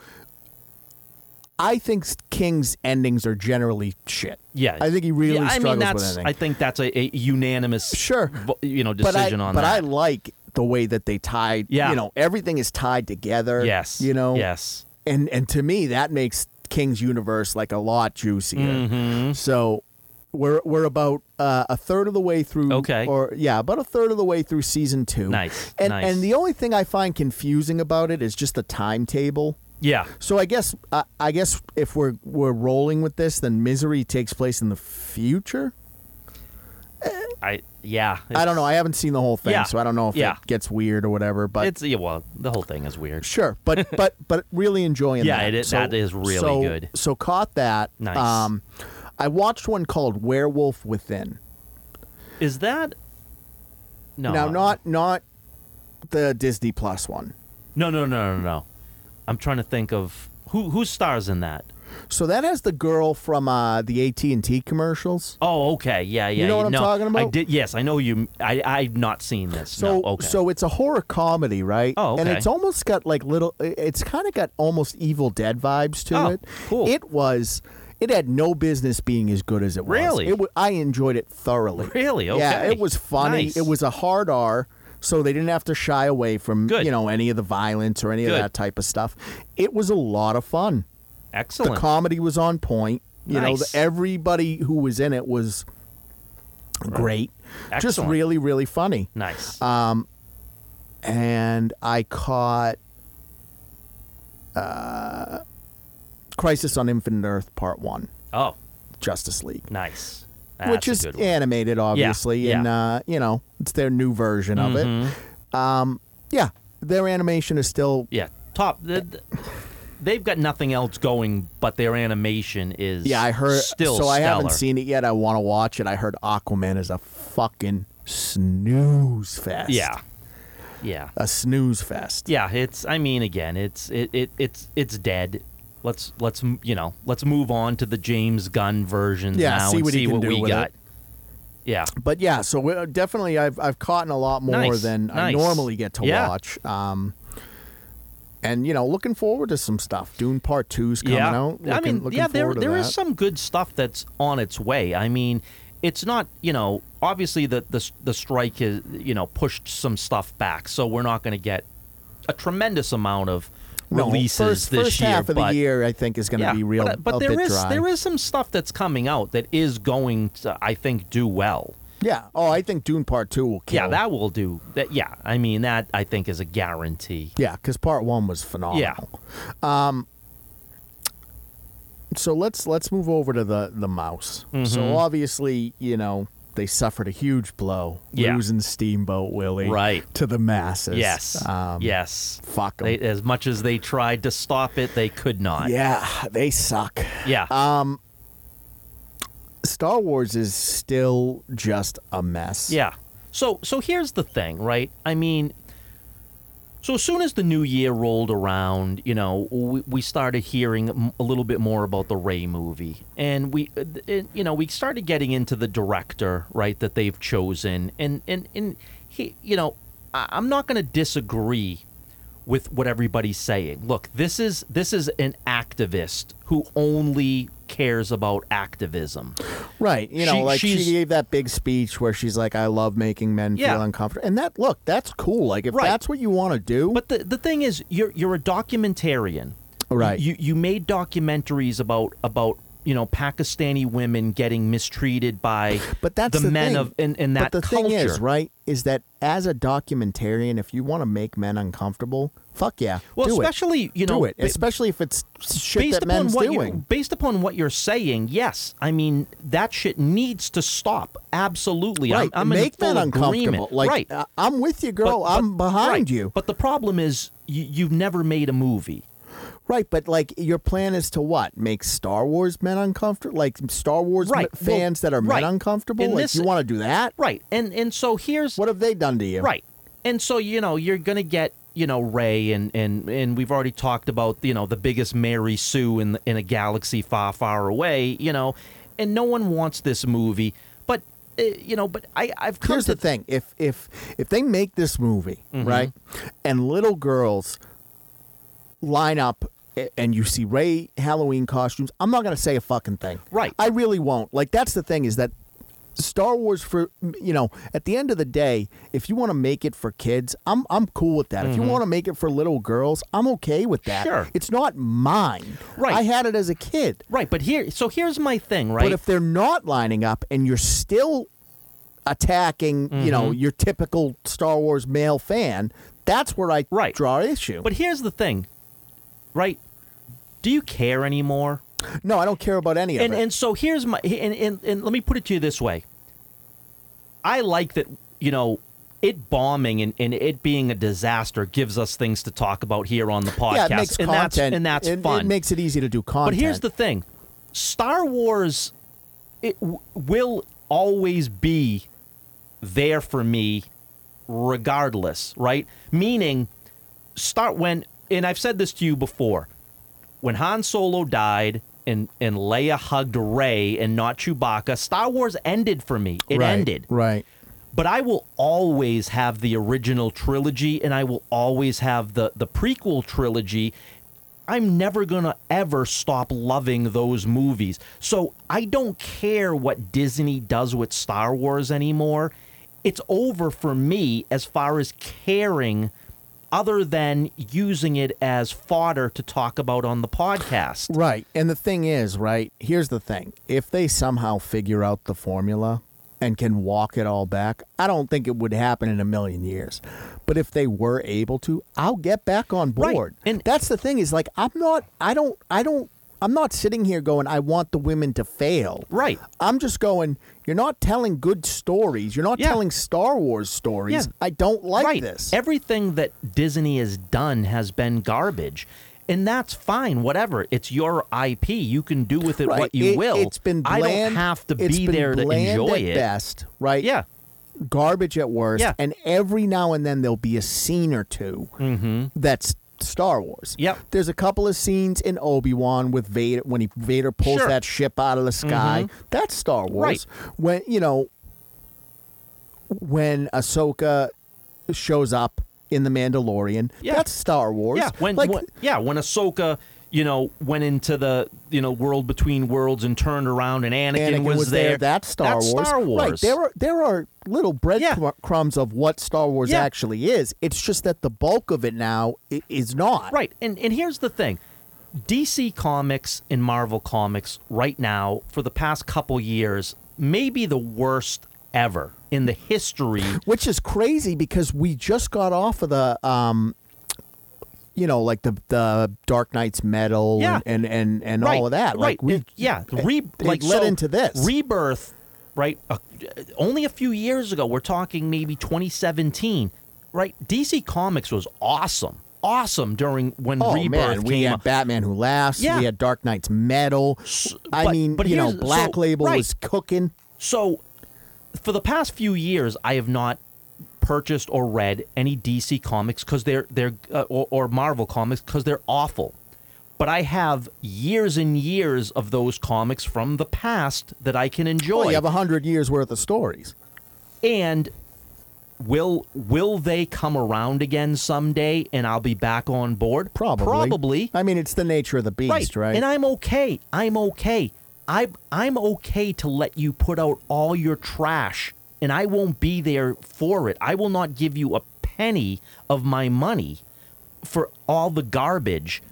Speaker 1: I think King's endings are generally shit.
Speaker 2: Yeah,
Speaker 1: I think he really
Speaker 2: Yeah, I
Speaker 1: struggles
Speaker 2: mean, that's,
Speaker 1: with anything.
Speaker 2: I think that's a, a unanimous,
Speaker 1: Sure.
Speaker 2: vo- you know,
Speaker 1: but I,
Speaker 2: decision on
Speaker 1: but I
Speaker 2: that.
Speaker 1: like the way that they tied.
Speaker 2: Yeah.
Speaker 1: you know, everything is tied together.
Speaker 2: yes,
Speaker 1: you know.
Speaker 2: yes,
Speaker 1: and and to me that makes King's universe like a lot juicier.
Speaker 2: Mm-hmm.
Speaker 1: So we're we're about uh, a third of the way through.
Speaker 2: Okay.
Speaker 1: Or yeah, about a third of the way through season two.
Speaker 2: Nice,
Speaker 1: And
Speaker 2: nice.
Speaker 1: and the only thing I find confusing about it is just the timetable.
Speaker 2: yeah,
Speaker 1: So I guess I I guess if we're we're rolling with this, then Misery takes place in the future.
Speaker 2: I yeah.
Speaker 1: I don't
Speaker 2: it's-
Speaker 1: know. I haven't seen the whole thing,
Speaker 2: Yeah,
Speaker 1: so I don't know if
Speaker 2: yeah.
Speaker 1: it gets weird or whatever. But
Speaker 2: it's yeah, well, the whole thing is weird.
Speaker 1: Sure,
Speaker 2: <laughs>
Speaker 1: but but but really enjoying
Speaker 2: Yeah,
Speaker 1: that.
Speaker 2: it is- that is really
Speaker 1: so-
Speaker 2: good.
Speaker 1: So caught that.
Speaker 2: Nice.
Speaker 1: Um, I watched one called Werewolf Within.
Speaker 2: Is that no? uh-uh.
Speaker 1: Now,
Speaker 2: no,
Speaker 1: not not the Disney Plus one.
Speaker 2: no, no, no, no, no. I'm trying to think of who who stars in that.
Speaker 1: So that has the girl from uh, the AT and T commercials.
Speaker 2: Oh, okay, yeah, yeah.
Speaker 1: know what I'm
Speaker 2: no,
Speaker 1: talking
Speaker 2: I
Speaker 1: about?
Speaker 2: did. Yes, I know you. I I've not seen this.
Speaker 1: So
Speaker 2: no, okay.
Speaker 1: so it's a horror comedy, right?
Speaker 2: Oh,
Speaker 1: And
Speaker 2: okay.
Speaker 1: it's almost got like little. It's kind of got almost Evil Dead vibes to
Speaker 2: Oh,
Speaker 1: it.
Speaker 2: cool.
Speaker 1: It was. It had no business being as good as it was.
Speaker 2: Really?
Speaker 1: It wa- I enjoyed it thoroughly.
Speaker 2: really, okay.
Speaker 1: Yeah, it was funny.
Speaker 2: Nice.
Speaker 1: It was a hard R, so they didn't have to shy away from
Speaker 2: Good.
Speaker 1: you know any of the violence or any
Speaker 2: Good.
Speaker 1: of that type of stuff. It was a lot of fun.
Speaker 2: excellent.
Speaker 1: The comedy was on point. You know,
Speaker 2: Nice.
Speaker 1: the, everybody who was in it was great. Just
Speaker 2: Excellent.
Speaker 1: really, really funny.
Speaker 2: nice.
Speaker 1: uh, And I caught uh, Crisis on Infinite Earth Part One,
Speaker 2: oh,
Speaker 1: Justice League.
Speaker 2: nice. That's
Speaker 1: which
Speaker 2: a
Speaker 1: is
Speaker 2: good one.
Speaker 1: animated, obviously,
Speaker 2: yeah.
Speaker 1: and
Speaker 2: Mm-hmm.
Speaker 1: uh, you know it's their new version of it. Um, yeah, their animation is still
Speaker 2: Yeah, top. th- th- They've got nothing else going, but their animation is.
Speaker 1: yeah. I heard
Speaker 2: still
Speaker 1: so I haven't
Speaker 2: stellar.
Speaker 1: seen it yet. I want to watch it. I heard Aquaman is a fucking snooze fest.
Speaker 2: Yeah, yeah,
Speaker 1: a snooze fest.
Speaker 2: yeah. It's. I mean, again, it's it, it it's it's dead. Let's let's m- you know let's move on to the James Gunn version
Speaker 1: Yeah,
Speaker 2: now
Speaker 1: see
Speaker 2: and
Speaker 1: what he
Speaker 2: see
Speaker 1: can
Speaker 2: what
Speaker 1: do
Speaker 2: we
Speaker 1: with
Speaker 2: got.
Speaker 1: it.
Speaker 2: Yeah,
Speaker 1: But yeah, so we definitely I've I've caught in a lot more
Speaker 2: Nice,
Speaker 1: than I
Speaker 2: nice.
Speaker 1: normally get to
Speaker 2: Yeah.
Speaker 1: watch. Um, and you know, looking forward to some stuff. Dune Part Two's coming
Speaker 2: yeah.
Speaker 1: out. Looking,
Speaker 2: I mean,
Speaker 1: looking
Speaker 2: yeah. There
Speaker 1: forward to
Speaker 2: there
Speaker 1: that.
Speaker 2: is some good stuff that's on its way. I mean. It's not, you know. Obviously, the the the strike is, you know, pushed some stuff back, so we're not going to get a tremendous amount of
Speaker 1: No,
Speaker 2: releases
Speaker 1: first,
Speaker 2: this
Speaker 1: first
Speaker 2: year.
Speaker 1: half of
Speaker 2: but-
Speaker 1: the year, I think, is going to be real.
Speaker 2: But, but
Speaker 1: a
Speaker 2: there
Speaker 1: bit
Speaker 2: is-
Speaker 1: dry.
Speaker 2: there is some stuff that's coming out that is going to, I think, do well.
Speaker 1: Yeah. Oh, I think Dune Part Two will kill.
Speaker 2: Yeah, that will do. That yeah, I mean that I think is a guarantee.
Speaker 1: Yeah, because Part One was phenomenal. Um,
Speaker 2: Yeah.
Speaker 1: So let's let's move over to the the mouse.
Speaker 2: Mm-hmm.
Speaker 1: So obviously, you know, they suffered a huge blow
Speaker 2: Yeah.
Speaker 1: losing Steamboat Willie
Speaker 2: Right.
Speaker 1: to the masses.
Speaker 2: Yes.
Speaker 1: Um,
Speaker 2: yes.
Speaker 1: Fuck 'em.
Speaker 2: They, as much as they tried to stop it, they could not.
Speaker 1: Yeah, they suck.
Speaker 2: Yeah.
Speaker 1: Star Wars is still just a mess.
Speaker 2: Yeah. So so here's the thing, right? I mean, so as soon as the new year rolled around, you know, we, we started hearing m- a little bit more about the Ray movie, and we, uh, th- and, you know, we started getting into the director, right, that they've chosen, and and and he, you know, I, I'm not going to disagree with what everybody's saying. Look, this is this is an activist who only cares about activism.
Speaker 1: Right. You know,
Speaker 2: She-
Speaker 1: like she
Speaker 2: she's-
Speaker 1: gave that big speech where she's like, I love making men feel
Speaker 2: Yeah.
Speaker 1: uncomfortable. And that, look, that's cool. Like, if
Speaker 2: Right.
Speaker 1: that's what you want to do,
Speaker 2: But the the thing is, you're you're a documentarian,
Speaker 1: Right.
Speaker 2: You you made documentaries about about you know Pakistani women getting mistreated by
Speaker 1: But that's
Speaker 2: the,
Speaker 1: the
Speaker 2: men
Speaker 1: thing.
Speaker 2: of in, in that
Speaker 1: but the
Speaker 2: culture.
Speaker 1: thing is, right, is that as a documentarian, if you want to make men uncomfortable, fuck yeah.
Speaker 2: Well,
Speaker 1: do
Speaker 2: especially
Speaker 1: it.
Speaker 2: you know
Speaker 1: do it.
Speaker 2: ba-
Speaker 1: Especially if it's shit
Speaker 2: based
Speaker 1: that
Speaker 2: upon
Speaker 1: men's
Speaker 2: what you
Speaker 1: doing.
Speaker 2: based upon what you're saying. Yes, I mean that shit needs to stop. Absolutely,
Speaker 1: right.
Speaker 2: I'm, I'm in
Speaker 1: make
Speaker 2: full
Speaker 1: men uncomfortable.
Speaker 2: agreement.
Speaker 1: Like,
Speaker 2: right.
Speaker 1: I- I'm with you,
Speaker 2: But-
Speaker 1: girl.
Speaker 2: but-
Speaker 1: I'm behind
Speaker 2: right.
Speaker 1: you.
Speaker 2: But the problem is, you, you've never made a movie.
Speaker 1: Right, but like your plan is to what? Make Star Wars men uncomfortable? Like Star Wars
Speaker 2: Right,
Speaker 1: m- fans
Speaker 2: well,
Speaker 1: that are
Speaker 2: right.
Speaker 1: men uncomfortable?
Speaker 2: In
Speaker 1: like
Speaker 2: this-
Speaker 1: you want to do that?
Speaker 2: Right, and and so here's
Speaker 1: What have they done to you?
Speaker 2: Right. And so, you know, you're going to get, you know, Ray and, and and we've already talked about, you know, the biggest Mary Sue in in a galaxy far, far away, you know, and no one wants this movie, but uh, you know, but I I've come
Speaker 1: Here's
Speaker 2: to
Speaker 1: the thing: if if if they make this movie
Speaker 2: Mm-hmm.
Speaker 1: right, and little girls line up a- and you see Ray Halloween costumes, I'm not gonna say a fucking thing.
Speaker 2: Right.
Speaker 1: I really won't. Like that's the thing is that Star Wars for you know at the end of the day, if you want to make it for kids, I'm I'm cool with that. If you want to make it for little girls, I'm okay with that.
Speaker 2: Mm-hmm. Sure.
Speaker 1: It's not mine.
Speaker 2: Right.
Speaker 1: I had it as a kid.
Speaker 2: Right, but here so here's my thing, right?
Speaker 1: But if they're not lining up and you're still attacking, you know,
Speaker 2: Mm-hmm.
Speaker 1: your typical Star Wars male fan, that's where I
Speaker 2: Right.
Speaker 1: draw issue.
Speaker 2: but here's the thing. Right? Do you care anymore?
Speaker 1: no, I don't care about any of
Speaker 2: and
Speaker 1: it.
Speaker 2: and so here's my and, and and let me put it to you this way i like that you know it bombing and, and it being a disaster gives us things to talk about here on the podcast
Speaker 1: yeah, it makes
Speaker 2: and
Speaker 1: content
Speaker 2: that's and that's
Speaker 1: it,
Speaker 2: fun
Speaker 1: It makes it easy to do
Speaker 2: but
Speaker 1: content.
Speaker 2: here's the thing star wars it w- will always be there for me regardless right meaning start when and I've said this to you before. When Han Solo died and and Leia hugged Rey and not Chewbacca, Star Wars ended for me. It
Speaker 1: right,
Speaker 2: ended.
Speaker 1: Right.
Speaker 2: But I will always have the original trilogy and I will always have the the prequel trilogy. I'm never going to ever stop loving those movies. So I don't care what Disney does with Star Wars anymore. It's over for me as far as caring other than using it as fodder to talk about on the podcast.
Speaker 1: Right. And the thing is, right, here's the thing. If they somehow figure out the formula and can walk it all back, I don't think it would happen in a million years. But if they were able to, I'll get back on
Speaker 2: Right.
Speaker 1: board.
Speaker 2: And-
Speaker 1: that's the thing is like I'm not I don't I don't I'm not sitting here going I want the women to fail.
Speaker 2: Right.
Speaker 1: I'm just going you're not telling good stories. You're not
Speaker 2: Yeah.
Speaker 1: telling Star Wars stories.
Speaker 2: Yeah.
Speaker 1: I don't like
Speaker 2: right.
Speaker 1: this.
Speaker 2: Everything that Disney has done has been garbage. And that's fine, whatever. It's your IP. You can do with it
Speaker 1: Right.
Speaker 2: what you
Speaker 1: It-
Speaker 2: will.
Speaker 1: It's been bland.
Speaker 2: I don't have to
Speaker 1: it's
Speaker 2: be
Speaker 1: been
Speaker 2: there to
Speaker 1: bland
Speaker 2: enjoy
Speaker 1: at
Speaker 2: it.
Speaker 1: Best, right?
Speaker 2: Yeah.
Speaker 1: garbage at worst,
Speaker 2: Yeah.
Speaker 1: and every now and then there'll be a scene or 2
Speaker 2: Mm-hmm.
Speaker 1: that's Star Wars.
Speaker 2: Yep.
Speaker 1: There's a couple of scenes in Obi Wan with Vader when he Vader pulls
Speaker 2: Sure. Mm-hmm.
Speaker 1: that ship out of the sky. That's Star Wars. When you know when Ahsoka shows up in the Mandalorian,
Speaker 2: Yeah.
Speaker 1: that's Star Wars.
Speaker 2: Yeah. When,
Speaker 1: like
Speaker 2: when yeah, when Ahsoka, you know, went into the, you know, world between worlds and turned around and Anakin,
Speaker 1: Anakin was, there. That's Star
Speaker 2: that's
Speaker 1: Wars.
Speaker 2: Star Wars.
Speaker 1: Right. There are there are little
Speaker 2: Yeah.
Speaker 1: breadcrumbs of what Star Wars
Speaker 2: Yeah.
Speaker 1: actually is. It's just that the bulk of it now i- is not.
Speaker 2: Right. And and here's the thing. DC Comics and Marvel Comics right now for the past couple years, maybe the worst ever in
Speaker 1: <laughs>
Speaker 2: the history.
Speaker 1: Which is crazy because we just got off of the um you know, like the the Dark Knight's medal
Speaker 2: Yeah.
Speaker 1: and and and, and all of that.
Speaker 2: Right.
Speaker 1: Like we
Speaker 2: And- yeah.
Speaker 1: it-
Speaker 2: Re-
Speaker 1: it
Speaker 2: like
Speaker 1: led
Speaker 2: so
Speaker 1: into this.
Speaker 2: rebirth. Right. Uh, only a few years ago, we're talking maybe 2017. Right. DC Comics was awesome, awesome during when
Speaker 1: Oh
Speaker 2: Rebirth
Speaker 1: man,
Speaker 2: came
Speaker 1: we had
Speaker 2: out.
Speaker 1: Batman Who Laughs.
Speaker 2: Yeah.
Speaker 1: We had Dark Knight's Medal. I
Speaker 2: but-
Speaker 1: mean,
Speaker 2: but
Speaker 1: you know,
Speaker 2: here's- so-
Speaker 1: Black Label
Speaker 2: right.
Speaker 1: was cooking.
Speaker 2: So, for the past few years, I have not purchased or read any DC comics because they're they're uh, or, or Marvel comics because they're awful. But I have years and years of those comics from the past that I can enjoy.
Speaker 1: Well, you have a hundred years worth of stories.
Speaker 2: and will will they come around again someday and I'll be back on board?
Speaker 1: Probably.
Speaker 2: Probably.
Speaker 1: I mean, it's the nature of the beast, right?
Speaker 2: And I'm okay. I'm okay. I I'm okay to let you put out all your trash and I won't be there for it. I will not give you a penny of my money for all the garbage.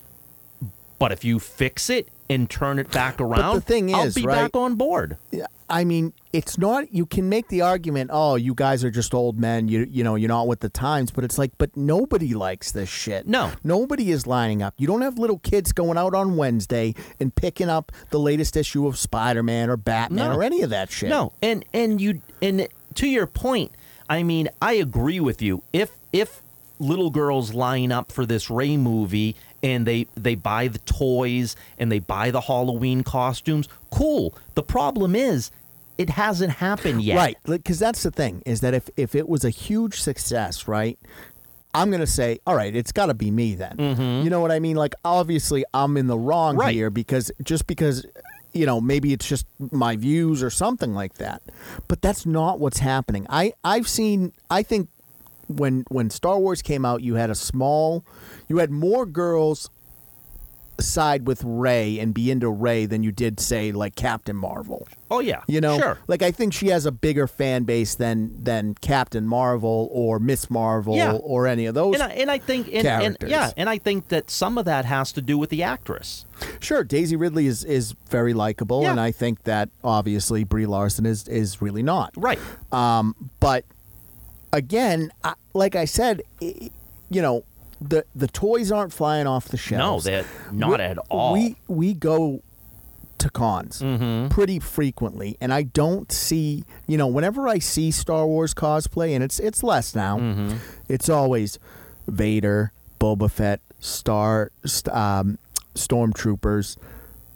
Speaker 2: But if you fix it and turn it back around,
Speaker 1: thing
Speaker 2: I'll
Speaker 1: is,
Speaker 2: be
Speaker 1: right,
Speaker 2: back on board.
Speaker 1: Yeah, I mean, it's not. You can make the argument, oh, you guys are just old men. You you know, you're not with the times. But it's like, but nobody likes this shit.
Speaker 2: No.
Speaker 1: nobody is lining up. You don't have little kids going out on Wednesday and picking up the latest issue of Spider Man or Batman
Speaker 2: No.
Speaker 1: or any of that shit.
Speaker 2: No, and and you and to your point, I mean, I agree with you. If if little girls line up for this Ray movie and they they buy the toys and they buy the Halloween costumes, cool. The problem is it hasn't happened yet.
Speaker 1: Right, because that's the thing is that if if it was a huge success, right? I'm gonna say, all right, it's got to be me then. You know what I mean? Like, obviously, I'm in the wrong
Speaker 2: Mm-hmm. Right.
Speaker 1: here because just because, you know, maybe it's just my views or something like that. But that's not what's happening. I I've seen. I think when when Star Wars came out, you had a small, you had more girls side with Ray and be into Ray than you did say like Captain Marvel.
Speaker 2: Oh yeah.
Speaker 1: You know,
Speaker 2: Sure.
Speaker 1: like I think she has a bigger fan base than than Captain Marvel or Miss Marvel
Speaker 2: Yeah.
Speaker 1: or any of those.
Speaker 2: And I, and I think and, and
Speaker 1: characters.
Speaker 2: yeah, and I think that some of that has to do with the actress.
Speaker 1: sure, Daisy Ridley is is very likable,
Speaker 2: Yeah.
Speaker 1: and I think that obviously Brie Larson is is really not.
Speaker 2: Right.
Speaker 1: But again, I, like I said, i you know, the the toys aren't flying off the
Speaker 2: No,
Speaker 1: shelves.
Speaker 2: that not
Speaker 1: we,
Speaker 2: at all. Mm-hmm.
Speaker 1: We we go to cons pretty frequently, and I don't see you know whenever I see Star Wars cosplay, and it's it's less now.
Speaker 2: Mm-hmm.
Speaker 1: It's always Vader, Boba Fett, Star st- um, stormtroopers.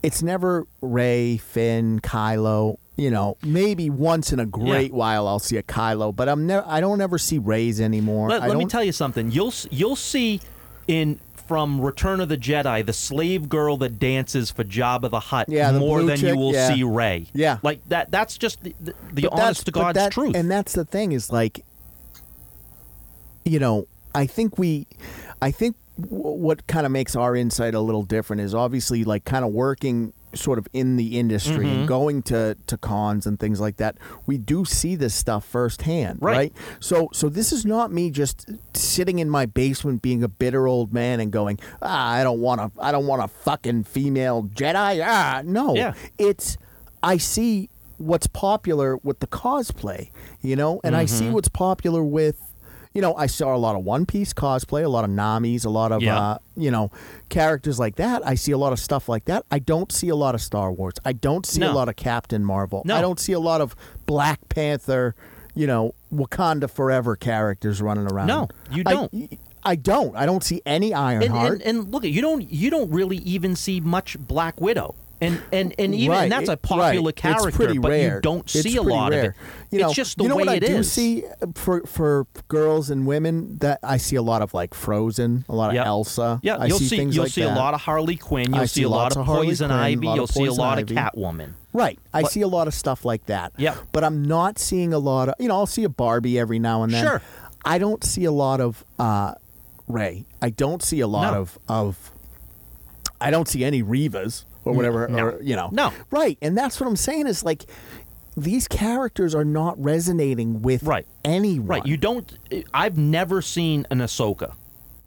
Speaker 1: It's never Ray, Finn, Kylo. You know, maybe once in a great while I'll see a Kylo, but I'm never. I don't ever see Rays anymore.
Speaker 2: Let,
Speaker 1: I
Speaker 2: let me
Speaker 1: don't-
Speaker 2: tell you something. You'll s- you'll see in from Return of the Jedi the slave girl that dances for Jabba the Hutt
Speaker 1: Yeah, the
Speaker 2: more
Speaker 1: blue
Speaker 2: than
Speaker 1: chick,
Speaker 2: you will
Speaker 1: yeah.
Speaker 2: see Ray.
Speaker 1: Yeah.
Speaker 2: like that. That's just the, the, the
Speaker 1: But that's-
Speaker 2: honest to
Speaker 1: but
Speaker 2: God's
Speaker 1: that-
Speaker 2: truth.
Speaker 1: And that's the thing is like, you know, I think we, I think w- what kind of makes our insight a little different is obviously like kind of working sort of in the industry
Speaker 2: Mm-hmm.
Speaker 1: and going to to cons and things like that. We do see this stuff firsthand,
Speaker 2: Right.
Speaker 1: right? So so this is not me just sitting in my basement being a bitter old man and going, "Ah, I don't want to I don't want a fucking female Jedi." Ah, no.
Speaker 2: Yeah.
Speaker 1: It's I see what's popular with the cosplay, you know, and I
Speaker 2: Mm-hmm.
Speaker 1: see what's popular with, you know, I saw a lot of One Piece cosplay, a lot of Nami's, a lot of,
Speaker 2: Yeah.
Speaker 1: uh, you know, characters like that. I see a lot of stuff like that. I don't see a lot of Star Wars. I don't see
Speaker 2: No.
Speaker 1: a lot of Captain Marvel.
Speaker 2: No.
Speaker 1: I don't see a lot of Black Panther, you know, Wakanda Forever characters running around.
Speaker 2: No, you
Speaker 1: I-
Speaker 2: don't.
Speaker 1: I, don't. I don't see any
Speaker 2: and,
Speaker 1: Ironheart.
Speaker 2: and, and look, you don't you don't really even see much Black Widow, and and and even
Speaker 1: Right,
Speaker 2: and that's a
Speaker 1: it-
Speaker 2: popular
Speaker 1: right.
Speaker 2: character,
Speaker 1: It's pretty
Speaker 2: but
Speaker 1: rare.
Speaker 2: you don't
Speaker 1: It's
Speaker 2: see a
Speaker 1: pretty
Speaker 2: lot of
Speaker 1: rare.
Speaker 2: it.
Speaker 1: You know,
Speaker 2: it's just the
Speaker 1: you know
Speaker 2: way
Speaker 1: what I
Speaker 2: it
Speaker 1: do
Speaker 2: is.
Speaker 1: see uh, for for girls and women that I see a lot of like Frozen, a lot of
Speaker 2: Yep.
Speaker 1: Elsa.
Speaker 2: Yeah,
Speaker 1: I
Speaker 2: you'll
Speaker 1: see,
Speaker 2: see
Speaker 1: things
Speaker 2: you'll
Speaker 1: like
Speaker 2: see
Speaker 1: that.
Speaker 2: a lot of Harley Quinn, you'll
Speaker 1: I
Speaker 2: see
Speaker 1: see
Speaker 2: a lot
Speaker 1: lots
Speaker 2: of
Speaker 1: of Harley
Speaker 2: Poison
Speaker 1: Quinn, a
Speaker 2: Ivy,
Speaker 1: lot of
Speaker 2: you'll see a
Speaker 1: Poison
Speaker 2: lot
Speaker 1: Ivy.
Speaker 2: of Catwoman.
Speaker 1: Right. I
Speaker 2: But-
Speaker 1: see a lot of stuff like that.
Speaker 2: Yep.
Speaker 1: But I'm not seeing a lot of, you know, I'll see a Barbie every now and then.
Speaker 2: Sure.
Speaker 1: I don't see a lot of uh, Ray. I don't see a lot
Speaker 2: No.
Speaker 1: of, of, I don't see any Rivas or whatever,
Speaker 2: no.
Speaker 1: or, you know.
Speaker 2: No.
Speaker 1: Right. And that's what I'm saying is like, these characters are not resonating with
Speaker 2: Right.
Speaker 1: anyone.
Speaker 2: Right, you don't. I've never seen an Ahsoka.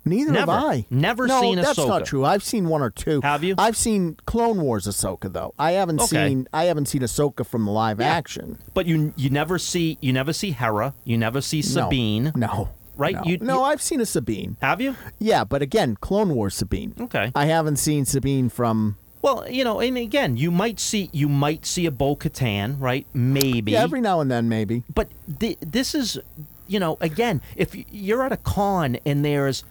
Speaker 1: Neither
Speaker 2: Never.
Speaker 1: have I.
Speaker 2: Never
Speaker 1: no,
Speaker 2: seen
Speaker 1: that's
Speaker 2: Ahsoka.
Speaker 1: not true. I've seen one or two.
Speaker 2: Have you?
Speaker 1: I've seen Clone Wars Ahsoka though. I haven't
Speaker 2: Okay.
Speaker 1: seen I haven't seen Ahsoka from the live
Speaker 2: Yeah.
Speaker 1: action.
Speaker 2: But you you never see you never see Hera. You never see
Speaker 1: No.
Speaker 2: Sabine.
Speaker 1: No.
Speaker 2: Right?
Speaker 1: No,
Speaker 2: You-
Speaker 1: no
Speaker 2: you-
Speaker 1: I've seen a Sabine.
Speaker 2: Have you?
Speaker 1: Yeah, but again, Clone Wars Sabine.
Speaker 2: Okay.
Speaker 1: I haven't seen Sabine from.
Speaker 2: well, you know, and again, you might see you might see a Bo Katan, right? Maybe.
Speaker 1: Yeah, every now and then, maybe.
Speaker 2: but th- this is, you know, again, if y- you're at a con and there's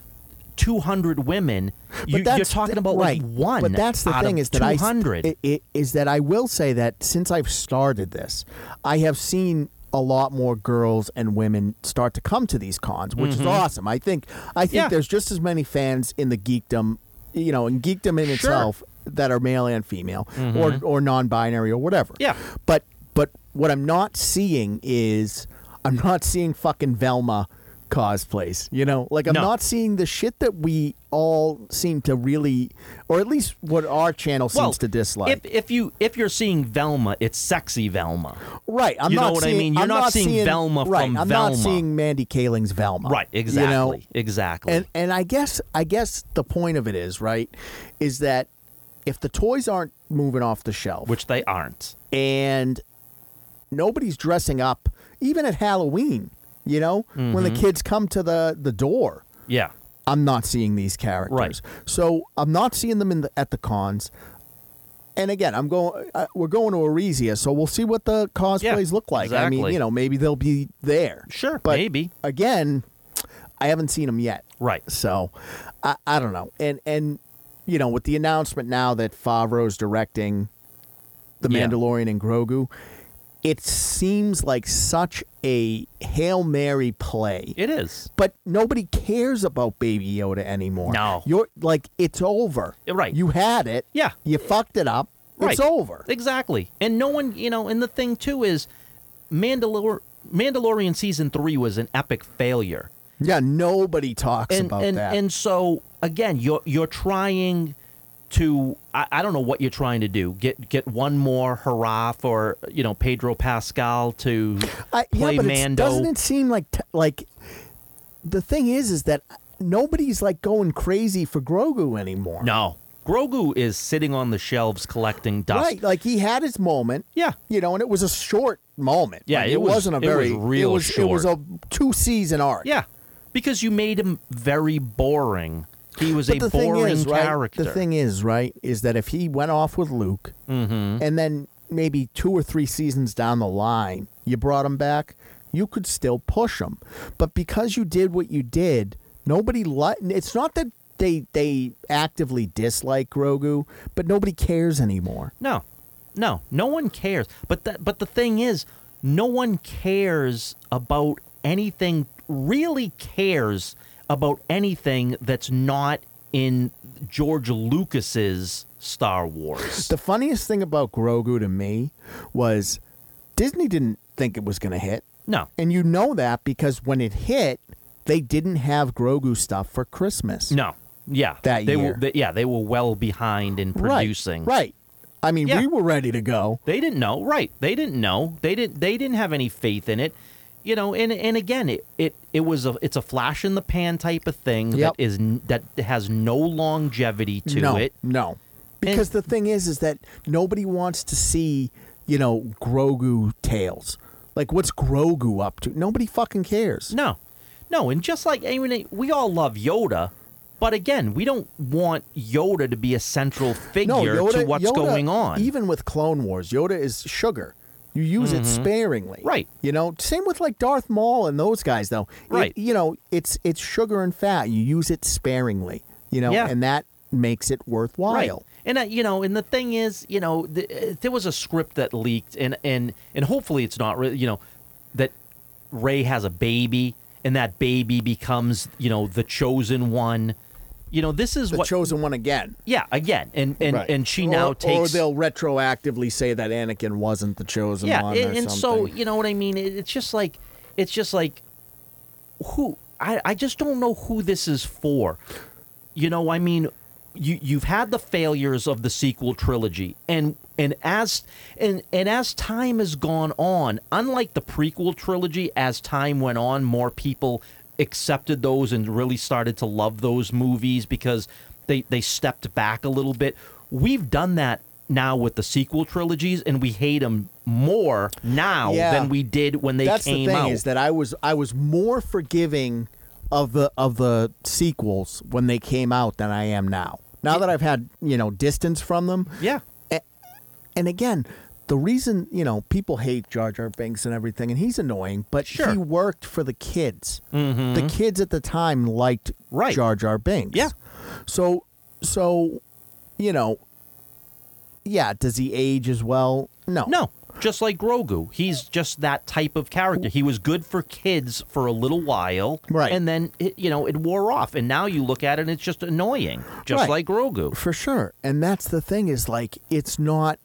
Speaker 2: 200 women,
Speaker 1: But
Speaker 2: you,
Speaker 1: that's
Speaker 2: you're talking
Speaker 1: th-
Speaker 2: about
Speaker 1: right.
Speaker 2: like one.
Speaker 1: But that's the
Speaker 2: out
Speaker 1: thing
Speaker 2: of
Speaker 1: is that
Speaker 2: 200.
Speaker 1: I it, it, is that I will say that since I've started this, I have seen a lot more girls and women start to come to these cons, which is awesome. I think I think
Speaker 2: Mm-hmm. Yeah.
Speaker 1: there's just as many fans in the geekdom, you know, in geekdom in itself that are male and female or or non-binary or whatever.
Speaker 2: Mm-hmm. Yeah.
Speaker 1: But but what I'm not seeing is I'm not seeing fucking Velma cosplays. You know, like I'm
Speaker 2: No.
Speaker 1: not seeing the shit that we all seem to really, or at least what our channel seems
Speaker 2: Well,
Speaker 1: to dislike.
Speaker 2: If if you if you're seeing Velma, it's sexy Velma.
Speaker 1: right. I'm
Speaker 2: you know
Speaker 1: not
Speaker 2: what I
Speaker 1: seeing,
Speaker 2: mean? You're
Speaker 1: I'm
Speaker 2: not
Speaker 1: not
Speaker 2: seeing Velma
Speaker 1: right,
Speaker 2: from
Speaker 1: I'm
Speaker 2: Velma.
Speaker 1: not seeing Mandy Kaling's Velma.
Speaker 2: Right, exactly.
Speaker 1: You know?
Speaker 2: Exactly.
Speaker 1: And and I guess I guess the point of it is right, is that if the toys aren't moving off the shelf,
Speaker 2: Which they aren't.
Speaker 1: and nobody's dressing up even at Halloween, you know, when the
Speaker 2: Mm-hmm.
Speaker 1: kids come to the the door,
Speaker 2: Yeah.
Speaker 1: I'm not seeing these characters.
Speaker 2: Right.
Speaker 1: So I'm not seeing them in the, at the cons. And again, I'm going. Uh, we're going to Aresia, so we'll see what the cosplays
Speaker 2: Yeah,
Speaker 1: look like. I mean,
Speaker 2: exactly.
Speaker 1: you know, maybe they'll be there.
Speaker 2: Sure,
Speaker 1: but
Speaker 2: maybe.
Speaker 1: Again, I haven't seen them yet.
Speaker 2: Right.
Speaker 1: So, I, I don't know. And and you know, with the announcement now that Favreau's directing The
Speaker 2: Yeah.
Speaker 1: Mandalorian and Grogu, it seems like such a Hail Mary play.
Speaker 2: It is.
Speaker 1: but nobody cares about Baby Yoda anymore.
Speaker 2: No.
Speaker 1: You're like it's over.
Speaker 2: Yeah, right.
Speaker 1: You had it.
Speaker 2: Yeah.
Speaker 1: You fucked it up.
Speaker 2: Right.
Speaker 1: It's over.
Speaker 2: Exactly. And no one, you know, and the thing too is Mandalor- Mandalorian season 3 was an epic failure.
Speaker 1: Yeah, nobody talks
Speaker 2: and
Speaker 1: about
Speaker 2: and,
Speaker 1: that.
Speaker 2: and so again, you're you're trying to I, I don't know what you're trying to do. Get get one more hurrah for you know Pedro Pascal
Speaker 1: <gasps>
Speaker 2: to
Speaker 1: I,
Speaker 2: play
Speaker 1: yeah, but it's-
Speaker 2: Mando.
Speaker 1: Doesn't it seem like t- like the thing is is that nobody's like going crazy for Grogu anymore.
Speaker 2: no, Grogu is sitting on the shelves collecting dust.
Speaker 1: right? Like he had his moment.
Speaker 2: Yeah.
Speaker 1: you know, and it was a short moment.
Speaker 2: Yeah,
Speaker 1: Like,
Speaker 2: it
Speaker 1: it,
Speaker 2: was-
Speaker 1: wasn't a
Speaker 2: it was
Speaker 1: very
Speaker 2: real
Speaker 1: It was it was a two season arc.
Speaker 2: Yeah, because you made him very boring. He was
Speaker 1: But
Speaker 2: a
Speaker 1: the thing
Speaker 2: boring
Speaker 1: is, right?
Speaker 2: character.
Speaker 1: The thing is, right, is that if he went off with Luke,
Speaker 2: Mm-hmm.
Speaker 1: and then maybe two or three seasons down the line, you brought him back, you could still push him. But because you did what you did, nobody. Li- it's not that they they actively dislike Grogu, but nobody cares anymore.
Speaker 2: No, no, no one cares. But that, but the thing is, no one cares about anything. Really cares about anything that's not in George Lucas's Star Wars.
Speaker 1: The funniest thing about Grogu to me was Disney didn't think it was going to hit.
Speaker 2: no,
Speaker 1: And you know that because when it hit, they didn't have Grogu stuff for Christmas.
Speaker 2: no, yeah,
Speaker 1: That
Speaker 2: they
Speaker 1: year.
Speaker 2: were, they- yeah, they were well behind in producing.
Speaker 1: Right. right. I mean,
Speaker 2: Yeah.
Speaker 1: we were ready to go.
Speaker 2: They didn't know, right? They didn't know. They didn't. They didn't have any faith in it, you know. And and again, it it, it was a it's a flash in the pan type of thing
Speaker 1: Yep.
Speaker 2: that is n- that has no longevity to
Speaker 1: no,
Speaker 2: it.
Speaker 1: no. Because the thing is, is that nobody wants to see, you know, Grogu tales. Like, what's Grogu up to? Nobody fucking cares.
Speaker 2: No, no. And just like I mean, we all love Yoda, but again, we don't want Yoda to be a central figure to what's
Speaker 1: Yoda,
Speaker 2: going on.
Speaker 1: Even with Clone Wars, Yoda is sugar. You use it sparingly,
Speaker 2: Mm-hmm. Right.
Speaker 1: You know, same with like Darth Maul and those guys, though. It-
Speaker 2: Right.
Speaker 1: you know, it's it's sugar and fat. You use it sparingly. You know,
Speaker 2: Yeah.
Speaker 1: and that makes it worthwhile.
Speaker 2: Right. And uh, you know, and the thing is, you know, th- uh, there was a script that leaked, and and and hopefully it's not, re- you know, that Ray has a baby, and that baby becomes, you know, the chosen one. You know, this is
Speaker 1: The
Speaker 2: what.
Speaker 1: chosen one again.
Speaker 2: yeah, again, and and
Speaker 1: Right.
Speaker 2: and she
Speaker 1: Or-
Speaker 2: now
Speaker 1: Or
Speaker 2: takes.
Speaker 1: they'll retroactively say that Anakin wasn't the chosen
Speaker 2: yeah,
Speaker 1: one. or
Speaker 2: and, and so
Speaker 1: something.
Speaker 2: you know what I mean. It, it's just like, it's just like, who I I just don't know who this is for. you know, I mean, you you've had the failures of the sequel trilogy, and and as and and as time has gone on, unlike the prequel trilogy, as time went on, more people accepted those and really started to love those movies because they they stepped back a little bit. We've done that now with the sequel trilogies, and we hate them more now
Speaker 1: Yeah.
Speaker 2: than we did when they
Speaker 1: that's
Speaker 2: came
Speaker 1: the thing
Speaker 2: out.
Speaker 1: is that I was I was more forgiving of the of the sequels when they came out than I am now. Now that I've had you know distance from them,
Speaker 2: yeah,
Speaker 1: and again, the reason you know people hate Jar Jar Binks and everything, and he's annoying, but
Speaker 2: Sure. Mm-hmm.
Speaker 1: he worked for the kids. The kids at the time liked
Speaker 2: Right.
Speaker 1: Jar Jar Binks.
Speaker 2: Yeah.
Speaker 1: So, so, you know, yeah. Does he age as well? No.
Speaker 2: No, just like Grogu, he's just that type of character. He was good for kids for a little while,
Speaker 1: Right.
Speaker 2: And then it, you know it wore off, and now you look at it and it's just annoying, just
Speaker 1: Right.
Speaker 2: like Grogu.
Speaker 1: for sure and that's the thing is like it's not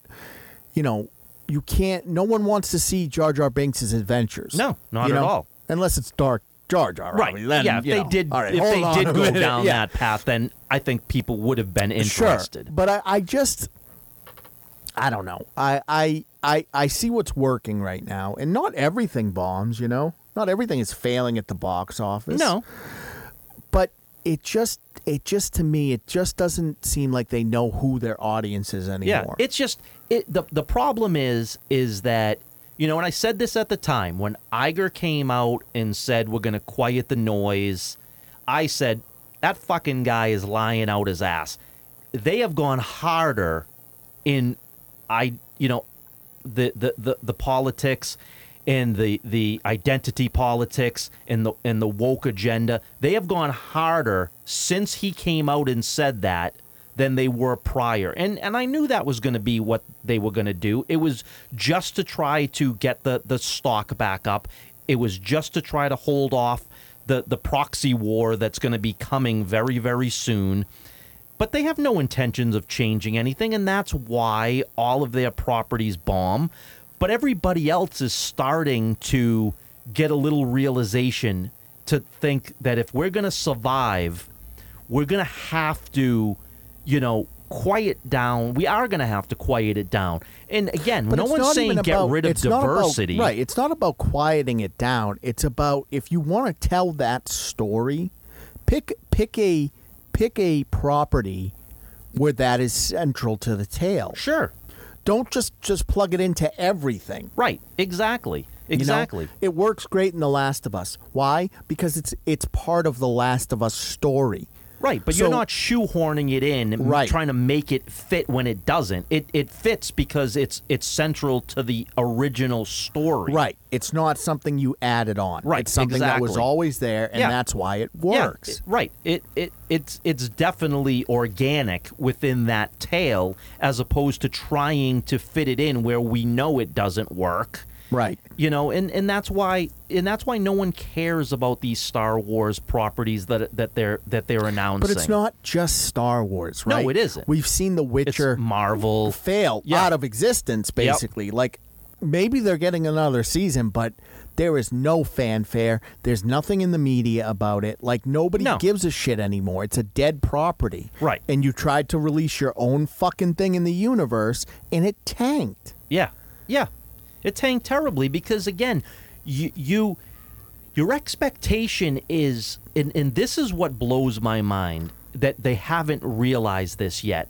Speaker 1: you know you can't. No one wants to see Jar Jar Binks' adventures.
Speaker 2: No, not
Speaker 1: you
Speaker 2: at
Speaker 1: know?
Speaker 2: all.
Speaker 1: Unless it's dark Jar Jar.
Speaker 2: Right.
Speaker 1: I mean, then,
Speaker 2: yeah. If
Speaker 1: you
Speaker 2: they
Speaker 1: know.
Speaker 2: did,
Speaker 1: All right,
Speaker 2: if
Speaker 1: hold
Speaker 2: they
Speaker 1: on
Speaker 2: did
Speaker 1: a
Speaker 2: go
Speaker 1: minute.
Speaker 2: down
Speaker 1: Yeah.
Speaker 2: that path, then I think people would have been interested.
Speaker 1: Sure, but I, I just, I don't know. I, I, I, I see what's working right now, and not everything bombs. You know, not everything is failing at the box office.
Speaker 2: No.
Speaker 1: but it just, it just to me, it just doesn't seem like they know who their audience is
Speaker 2: Yeah.
Speaker 1: anymore.
Speaker 2: It's just it, the the problem is is that you know, and I said this at the time when Iger came out and said we're going to quiet the noise. I said that fucking guy is lying out his ass. They have gone harder in I you know the the the, the politics and the the identity politics and the and the woke agenda they have gone harder since he came out and said that than they were prior and and I knew that was going to be what they were going to do it was just to try to get the the stock back up it was just to try to hold off the the proxy war that's going to be coming very very soon but they have no intentions of changing anything, and that's why all of their properties bomb. But everybody else is starting to get a little realization to think that if we're going to survive, we're going to have to, you know, quiet down. We are going to have to quiet it down. And again,
Speaker 1: But
Speaker 2: no
Speaker 1: it's
Speaker 2: one's
Speaker 1: not
Speaker 2: saying
Speaker 1: even
Speaker 2: get
Speaker 1: about-
Speaker 2: rid of
Speaker 1: it's not about-
Speaker 2: diversity.
Speaker 1: right. It's not about quieting it down. It's about if you want to tell that story, pick pick a pick a property where that is central to the tale.
Speaker 2: Sure.
Speaker 1: Don't just just plug it into everything.
Speaker 2: Right. Exactly.
Speaker 1: you know?
Speaker 2: Exactly.
Speaker 1: It works great in The Last of Us. Why? Because it's it's part of The Last of Us story.
Speaker 2: Right, but you're
Speaker 1: So-
Speaker 2: not shoehorning it in, m-
Speaker 1: Right.
Speaker 2: trying to make it fit when it doesn't. It it fits because it's it's central to the original story.
Speaker 1: Right. It's not something you added on.
Speaker 2: Right,
Speaker 1: It's something that was
Speaker 2: exactly.
Speaker 1: always there and
Speaker 2: Yeah.
Speaker 1: that's why it
Speaker 2: Yeah,
Speaker 1: works.
Speaker 2: it- right. It it it's it's definitely organic within that tale as opposed to trying to fit it in where we know it doesn't work.
Speaker 1: Right.
Speaker 2: you know and, and that's why and that's why no one cares about these star wars properties that that they're that they're announcing
Speaker 1: But it's not just Star Wars,
Speaker 2: No,
Speaker 1: right?
Speaker 2: it isn't.
Speaker 1: We've seen The
Speaker 2: It's
Speaker 1: Witcher
Speaker 2: marvel
Speaker 1: fail
Speaker 2: Yeah.
Speaker 1: out of existence, basically. Like, maybe they're getting another season, but there is no fanfare. There's nothing in the media about it. Like, nobody
Speaker 2: No.
Speaker 1: gives a shit anymore. It's a dead property.
Speaker 2: Right.
Speaker 1: And you tried to release your own fucking thing in the universe, and it tanked.
Speaker 2: Yeah, yeah, it tanked terribly because again, you you your expectation is, and, and this is what blows my mind that they haven't realized this yet.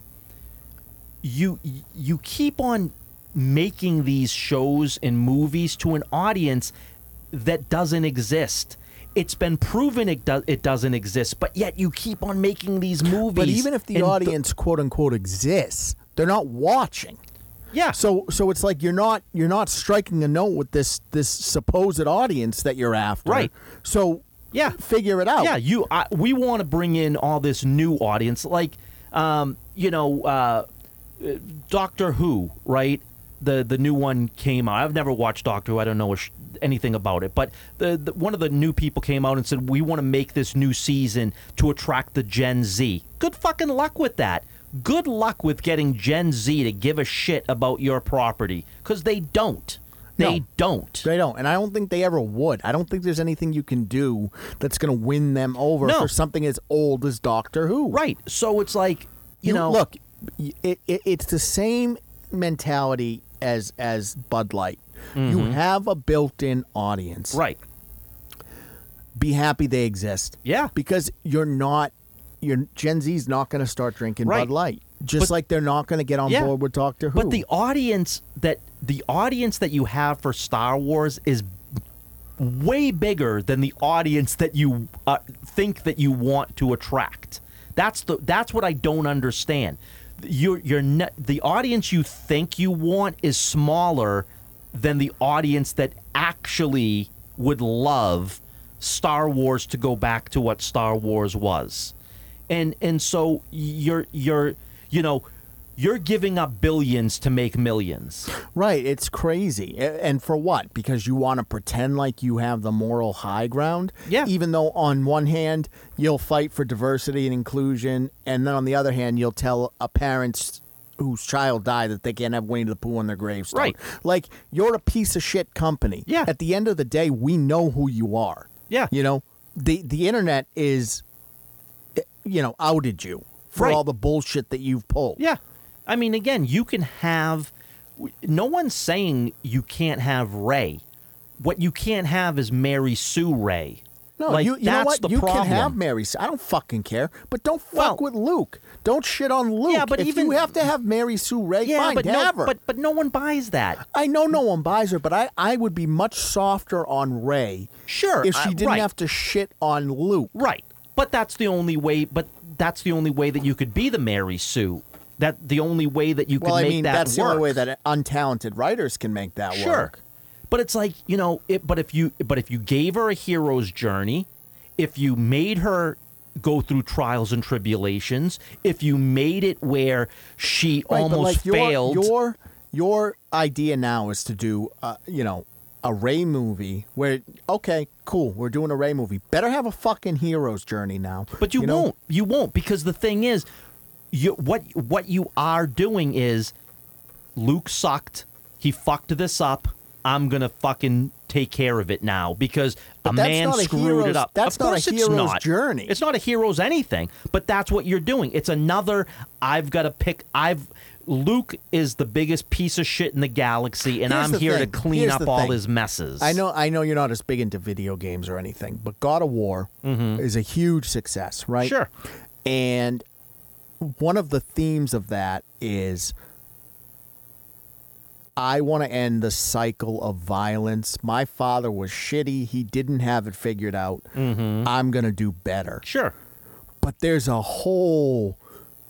Speaker 2: You you keep on making these shows and movies to an audience that doesn't exist. It's been proven it does it doesn't exist, but yet you keep on making these movies.
Speaker 1: But even if the
Speaker 2: and
Speaker 1: audience, quote unquote, exists, they're not watching.
Speaker 2: yeah,
Speaker 1: So so it's like you're not you're not striking a note with this this supposed audience that you're after.
Speaker 2: Right.
Speaker 1: So
Speaker 2: Yeah.
Speaker 1: figure it out.
Speaker 2: Yeah, you. I, we want to bring in all this new audience, like, um, you know, uh, uh, Doctor Who, right? The the new one came out. I've never watched Doctor Who. I don't know a sh- anything about it, but the, the one of the new people came out and said we want to make this new season to attract the Gen Z. Good fucking luck with that. Good luck with getting Gen Z to give a shit about your property because they don't. They
Speaker 1: No.
Speaker 2: don't.
Speaker 1: They don't, and I don't think they ever would. I don't think there's anything you can do that's going to win them over
Speaker 2: No.
Speaker 1: for something as old as Doctor Who.
Speaker 2: Right. So it's like you, know.
Speaker 1: look, y- it, it, it's the same mentality as as Bud Light. You have a built-in audience.
Speaker 2: Mm-hmm. Right.
Speaker 1: Be happy they exist.
Speaker 2: Yeah.
Speaker 1: because you're not your Gen Z's not going to start drinking
Speaker 2: Right.
Speaker 1: Bud Light, just
Speaker 2: But-
Speaker 1: like they're not going to get on
Speaker 2: Yeah.
Speaker 1: board with Doctor Who.
Speaker 2: But the audience that the audience that you have for Star Wars is way bigger than the audience that you uh, think that you want to attract. That's the that's what I don't understand. You're you're ne- the audience you think you want is smaller than the audience that actually would love Star Wars to go back to what Star Wars was. And and so you're you're you know you're giving up billions to make millions.
Speaker 1: right, it's crazy, A- and for what? Because you want to pretend like you have the moral high ground.
Speaker 2: Yeah.
Speaker 1: Even though on one hand you'll fight for diversity and inclusion, and then on the other hand you'll tell a parent's whose child died that they can't have Winnie the Pooh on their gravestone.
Speaker 2: Right.
Speaker 1: Like you're a piece of shit company.
Speaker 2: Yeah.
Speaker 1: At the end of the day, we know who you are.
Speaker 2: Yeah.
Speaker 1: You know, the the internet is, eh, you know, outed you for
Speaker 2: Right.
Speaker 1: all the bullshit that you've pulled.
Speaker 2: Yeah. I mean, again, you can have. w- No one's saying you can't have Ray. What you can't have is Mary Sue Ray.
Speaker 1: No,
Speaker 2: like,
Speaker 1: you, you know
Speaker 2: that's
Speaker 1: what?
Speaker 2: the
Speaker 1: you
Speaker 2: problem.
Speaker 1: can have Mary. Sue. I don't fucking care, but don't fuck
Speaker 2: Well-
Speaker 1: with Luke. Don't shit on Luke.
Speaker 2: but
Speaker 1: if
Speaker 2: even-
Speaker 1: you have to have Mary Sue Ray,
Speaker 2: yeah,
Speaker 1: fine,
Speaker 2: but
Speaker 1: have
Speaker 2: no,
Speaker 1: her.
Speaker 2: but but no one buys that.
Speaker 1: I know no one buys her, but I, I would be much softer on Ray.
Speaker 2: Sure,
Speaker 1: If she
Speaker 2: I-
Speaker 1: didn't
Speaker 2: right.
Speaker 1: have to shit on Luke.
Speaker 2: Right. But that's the only way. But that's the only way that you could be the Mary Sue. That the only way that you
Speaker 1: Well,
Speaker 2: could
Speaker 1: I
Speaker 2: make
Speaker 1: mean,
Speaker 2: that
Speaker 1: that's the
Speaker 2: work.
Speaker 1: only way that untalented writers can make that
Speaker 2: sure.
Speaker 1: work.
Speaker 2: But it's like you know. It, but if you but if you gave her a hero's journey, if you made her go through trials and tribulations, if you made it where she
Speaker 1: Right, but,
Speaker 2: almost
Speaker 1: like, your-
Speaker 2: failed.
Speaker 1: Your, your idea now is to do, uh, you know, a Ray movie where, okay, cool, we're doing a Ray movie. Better have a fucking hero's journey now.
Speaker 2: But you,
Speaker 1: know?
Speaker 2: won't. You won't because the thing is, you what what you are doing is, Luke sucked. He fucked this up. I'm gonna fucking take care of it now because a
Speaker 1: that's
Speaker 2: man
Speaker 1: not a
Speaker 2: screwed
Speaker 1: hero's-
Speaker 2: it up.
Speaker 1: that's
Speaker 2: of
Speaker 1: not a
Speaker 2: course it's
Speaker 1: hero's
Speaker 2: not.
Speaker 1: journey.
Speaker 2: It's not a hero's anything. But that's what you're doing. It's another. I've got to pick. I've Luke is the biggest piece of shit in the galaxy, and
Speaker 1: Here's
Speaker 2: I'm
Speaker 1: the
Speaker 2: here
Speaker 1: thing.
Speaker 2: to clean
Speaker 1: Here's
Speaker 2: up
Speaker 1: the
Speaker 2: all
Speaker 1: thing.
Speaker 2: his messes.
Speaker 1: I know, I know, you're not as big into video games or anything, but God of War is a huge success, right?
Speaker 2: Mm-hmm. Sure.
Speaker 1: And one of the themes of that is I want to end the cycle of violence. My father was shitty; he didn't have it figured out.
Speaker 2: Mm-hmm.
Speaker 1: I'm gonna do better.
Speaker 2: Sure.
Speaker 1: But there's a whole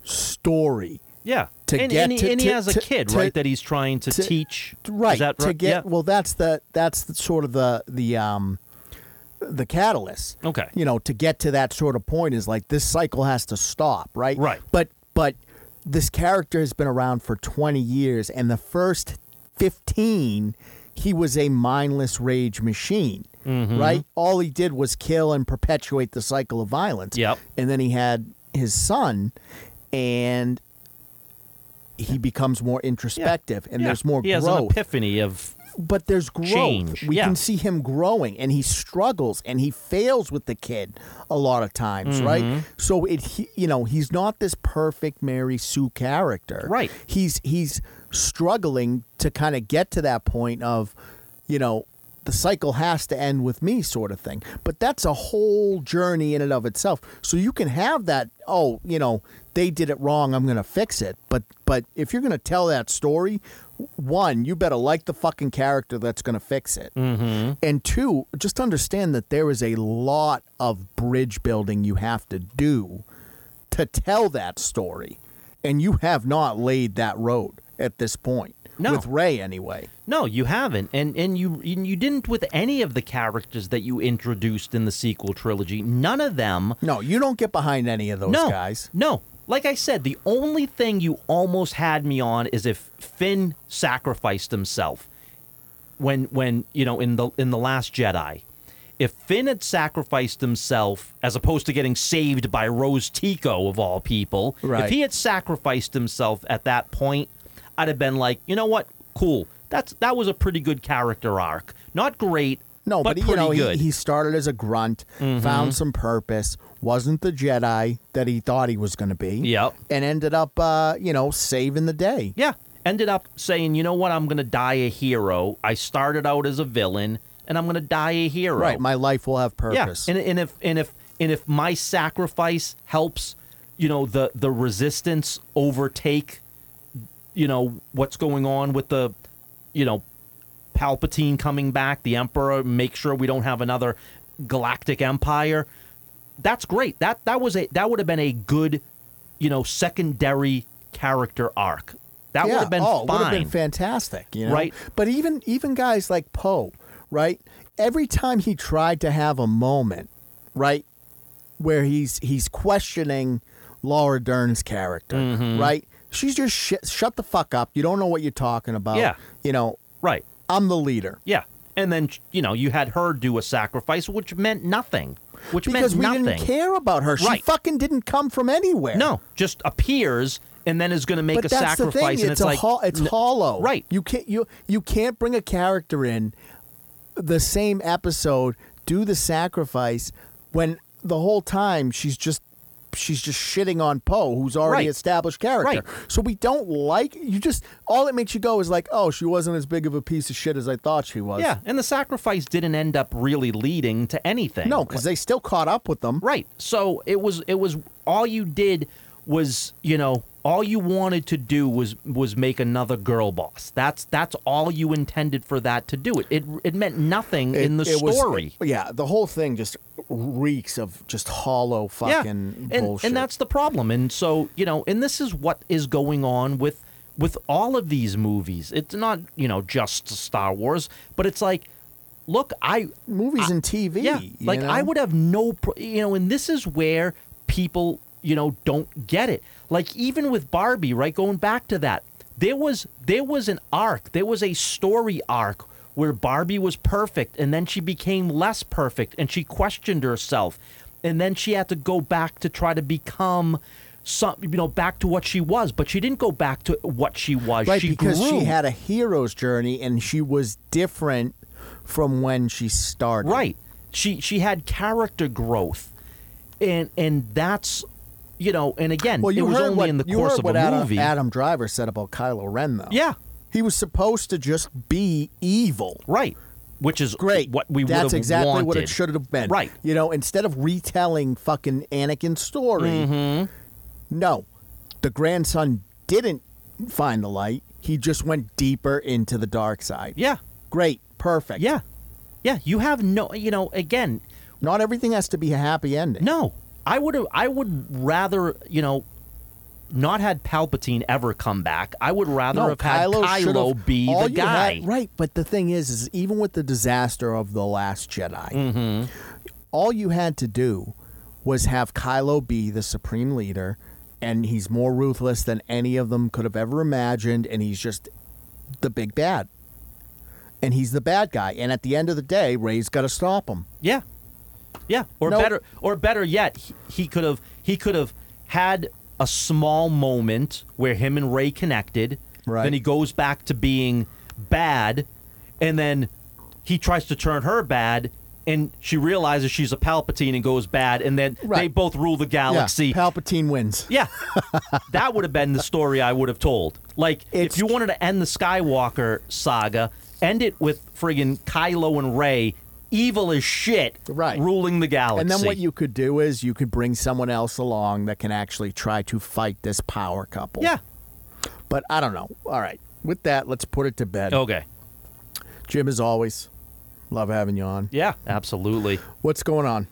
Speaker 1: story
Speaker 2: Yeah.
Speaker 1: To
Speaker 2: and,
Speaker 1: get
Speaker 2: and, he,
Speaker 1: to-
Speaker 2: and he
Speaker 1: to-
Speaker 2: has a
Speaker 1: to-
Speaker 2: kid,
Speaker 1: to-
Speaker 2: right? That he's trying to,
Speaker 1: to-
Speaker 2: teach.
Speaker 1: right
Speaker 2: Is that
Speaker 1: to
Speaker 2: right?
Speaker 1: get
Speaker 2: Yeah.
Speaker 1: well that's the that's the, sort of the the um the catalyst
Speaker 2: Okay.
Speaker 1: you know to get to that sort of point is like this cycle has to stop right
Speaker 2: Right.
Speaker 1: but but this character has been around for 20 years and the first 15 he was a mindless rage machine
Speaker 2: Mm-hmm.
Speaker 1: right all he did was kill and perpetuate the cycle of violence
Speaker 2: Yep.
Speaker 1: and then he had his son and he becomes more introspective and
Speaker 2: Yeah.
Speaker 1: there's more
Speaker 2: he has an
Speaker 1: growth
Speaker 2: epiphany of
Speaker 1: but there's growth.
Speaker 2: Change,
Speaker 1: We
Speaker 2: yeah.
Speaker 1: can see him growing, and he struggles, and he fails with the kid a lot of times,
Speaker 2: Mm-hmm.
Speaker 1: right? So it, he, you know, he's not this perfect Mary Sue character,
Speaker 2: Right.
Speaker 1: He's he's struggling to kind of get to that point of, you know, the cycle has to end with me, sort of thing. But that's a whole journey in and of itself. So you can have that. Oh, you know, they did it wrong. I'm gonna fix it. But but if you're gonna tell that story, one, you better like the fucking character that's going to fix it. Mm-hmm. And two, just understand that there is a lot of bridge building you have to do to tell that story. And you have not laid that road at this point.
Speaker 2: No.
Speaker 1: With Ray, anyway.
Speaker 2: no, you haven't, and and you and you didn't with any of the characters that you introduced in the sequel trilogy. None of them.
Speaker 1: No, you don't get behind any of those
Speaker 2: no,
Speaker 1: guys.
Speaker 2: no. Like I said, the only thing you almost had me on is if Finn sacrificed himself when when you know in the in the Last Jedi. If Finn had sacrificed himself as opposed to getting saved by Rose Tico of all people,
Speaker 1: Right.
Speaker 2: if he had sacrificed himself at that point, I'd have been like, you know what, cool. That's that was a pretty good character arc. Not great,
Speaker 1: No, but,
Speaker 2: pretty
Speaker 1: you know,
Speaker 2: good. Mm-hmm.
Speaker 1: He, he started as a grunt, found some purpose, wasn't the Jedi that he thought he was going to be.
Speaker 2: Yep.
Speaker 1: And ended up, uh, you know, saving the day.
Speaker 2: Yeah. Ended up saying, you know what, I'm going to die a hero. I started out as a villain and I'm going to die a hero.
Speaker 1: Right. My life will have purpose.
Speaker 2: Yeah. And, and if and if and if my sacrifice helps, you know, the the resistance overtake you know what's going on with the you know Palpatine coming back, the Emperor, make sure we don't have another galactic empire. That's great. That that was a that would have been a good, you know, secondary character arc. That would have been
Speaker 1: oh,
Speaker 2: fine.
Speaker 1: Would have been fantastic, you know?
Speaker 2: Right.
Speaker 1: But even even guys like Poe, right? Every time he tried to have a moment, right, where he's he's questioning Laura Dern's character,
Speaker 2: Mm-hmm.
Speaker 1: right? She's just sh- shut the fuck up. You don't know what you're talking about.
Speaker 2: Yeah.
Speaker 1: You know,
Speaker 2: right.
Speaker 1: I'm the leader.
Speaker 2: Yeah. And then you know, you had her do a sacrifice which meant nothing. Which
Speaker 1: Because
Speaker 2: meant
Speaker 1: we
Speaker 2: nothing.
Speaker 1: didn't care about her. She
Speaker 2: Right.
Speaker 1: fucking didn't come from anywhere.
Speaker 2: No, just appears and then is going to make
Speaker 1: but
Speaker 2: a
Speaker 1: that's
Speaker 2: sacrifice.
Speaker 1: the thing.
Speaker 2: and
Speaker 1: It's,
Speaker 2: it's
Speaker 1: a
Speaker 2: like
Speaker 1: hol- it's
Speaker 2: n-
Speaker 1: hollow.
Speaker 2: Right.
Speaker 1: You can't you you can't bring a character in the same episode, do the sacrifice when the whole time she's just she's just shitting on Poe, who's already
Speaker 2: Right.
Speaker 1: established character.
Speaker 2: Right.
Speaker 1: So we don't like you just all it makes you go is like, oh, she wasn't as big of a piece of shit as I thought she was.
Speaker 2: Yeah, uh, and the sacrifice didn't end up really leading to anything.
Speaker 1: No, because they still caught up with them.
Speaker 2: Right. So it was it was all you did was, you know, all you wanted to do was was make another girl boss. That's that's all you intended for that to do. It it, it meant nothing in the
Speaker 1: it was-
Speaker 2: story.
Speaker 1: yeah, the whole thing just reeks of just hollow
Speaker 2: yeah.
Speaker 1: fucking
Speaker 2: and,
Speaker 1: bullshit.
Speaker 2: and that's the problem. And so, you know, and this is what is going on with with all of these movies. It's not, you know, just Star Wars, but it's like look, I
Speaker 1: movies and TV.
Speaker 2: Yeah,
Speaker 1: you
Speaker 2: like
Speaker 1: know?
Speaker 2: I would have no, pro- you know, and this is where people, you know, don't get it. Like even with Barbie, right? Going back to that, there was there was an arc, there was a story arc where Barbie was perfect, and then she became less perfect, and she questioned herself, and then she had to go back to try to become. Some, you know, back to what she was, but she didn't go back to what she was.
Speaker 1: right
Speaker 2: she
Speaker 1: because
Speaker 2: grew.
Speaker 1: she had a hero's journey and she was different from when she started.
Speaker 2: Right. She she had character growth, and and that's you know, and again,
Speaker 1: Well, you
Speaker 2: it was
Speaker 1: heard
Speaker 2: only
Speaker 1: what,
Speaker 2: in the
Speaker 1: you
Speaker 2: course
Speaker 1: heard
Speaker 2: of
Speaker 1: what
Speaker 2: a
Speaker 1: Adam,
Speaker 2: movie.
Speaker 1: Adam Driver said about Kylo Ren, though.
Speaker 2: Yeah.
Speaker 1: he was supposed to just be evil.
Speaker 2: Right. Which is
Speaker 1: Great.
Speaker 2: What we would
Speaker 1: That's
Speaker 2: have
Speaker 1: exactly
Speaker 2: wanted.
Speaker 1: what it should have been.
Speaker 2: Right.
Speaker 1: You know, instead of retelling fucking Anakin's story,
Speaker 2: Mm-hmm.
Speaker 1: no, the grandson didn't find the light. He just went deeper into the dark side.
Speaker 2: Yeah.
Speaker 1: Great. Perfect.
Speaker 2: Yeah. Yeah. You have no. You know. Again,
Speaker 1: Not everything has to be a happy ending.
Speaker 2: no. I would have. I would rather. You know. Not had Palpatine ever come back. I would rather have had
Speaker 1: should've-
Speaker 2: Kylo be
Speaker 1: all
Speaker 2: the
Speaker 1: you
Speaker 2: guy.
Speaker 1: had- right, but the thing is, is even with the disaster of the Last Jedi,
Speaker 2: Mm-hmm.
Speaker 1: all you had to do was have Kylo be the supreme leader, and he's more ruthless than any of them could have ever imagined, and he's just the big bad, and he's the bad guy. And at the end of the day, Ray's got to stop him.
Speaker 2: Yeah, yeah. Or
Speaker 1: No.
Speaker 2: better, or better yet, he- he could have he could have had a small moment where him and Ray connected.
Speaker 1: Right.
Speaker 2: Then he goes back to being bad, and then he tries to turn her bad. And she realizes she's a Palpatine and goes bad, and then they
Speaker 1: Right.
Speaker 2: both rule the galaxy.
Speaker 1: Yeah, Palpatine wins.
Speaker 2: Yeah, <laughs> that would have been the story I would have told. Like,
Speaker 1: It's-
Speaker 2: if you wanted to end the Skywalker saga, end it with friggin' Kylo and Ray, evil as shit,
Speaker 1: Right.
Speaker 2: ruling the galaxy.
Speaker 1: And then what you could do is you could bring someone else along that can actually try to fight this power couple.
Speaker 2: Yeah.
Speaker 1: But I don't know. All right. With that, let's put it to bed.
Speaker 2: Okay.
Speaker 1: Jim, as always, love having you on.
Speaker 2: Yeah. Absolutely.
Speaker 1: What's going on?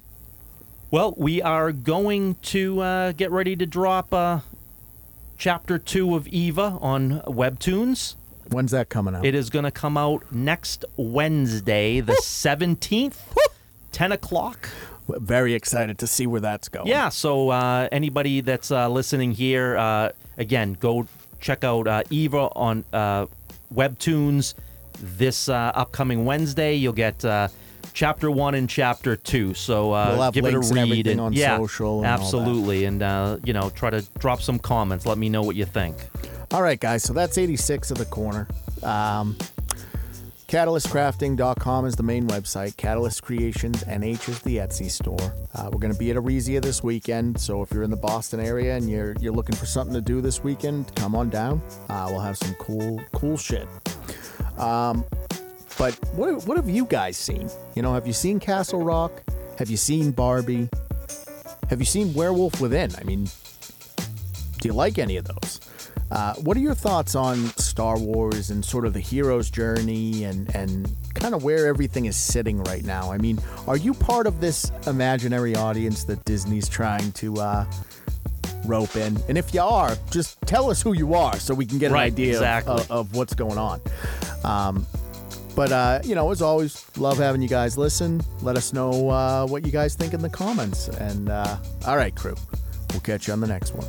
Speaker 2: Well, we are going to uh, get ready to drop uh, chapter two of Eva on Webtoons.
Speaker 1: When's that coming out?
Speaker 2: It is going to come out next Wednesday, the seventeenth, ten o'clock.
Speaker 1: We're Very excited to see where that's going.
Speaker 2: Yeah, so uh, anybody that's uh, listening here, uh, again, go check out uh, Eva on uh, Webtoons this uh, upcoming Wednesday. You'll get uh, chapter one and chapter two. So uh,
Speaker 1: We'll have
Speaker 2: give it a
Speaker 1: links
Speaker 2: read.
Speaker 1: and everything on
Speaker 2: yeah,
Speaker 1: social and all that.
Speaker 2: absolutely. And uh, you know, try to drop some comments. Let me know what you think.
Speaker 1: All right, guys. So that's 86 of the corner. Um, CatalystCrafting.com is the main website. Catalyst Creations NH is the Etsy store. Uh, we're going to be at Aresia this weekend, so if you're in the Boston area and you're you're looking for something to do this weekend, come on down. Uh, we'll have some cool cool shit. Um, But what what have you guys seen? You know, have you seen Castle Rock? Have you seen Barbie? Have you seen Werewolf Within? I mean, do you like any of those? Uh, what are your thoughts on Star Wars and sort of the hero's journey and and kind of where everything is sitting right now? I mean, are you part of this imaginary audience that Disney's trying to uh, rope in? And if you are, just tell us who you are so we can get
Speaker 2: Right,
Speaker 1: an idea of-
Speaker 2: exactly.
Speaker 1: of, of what's going on. Um, but uh, you know, as always, love having you guys listen. Let us know uh, what you guys think in the comments. And uh, all right, crew, we'll catch you on the next one.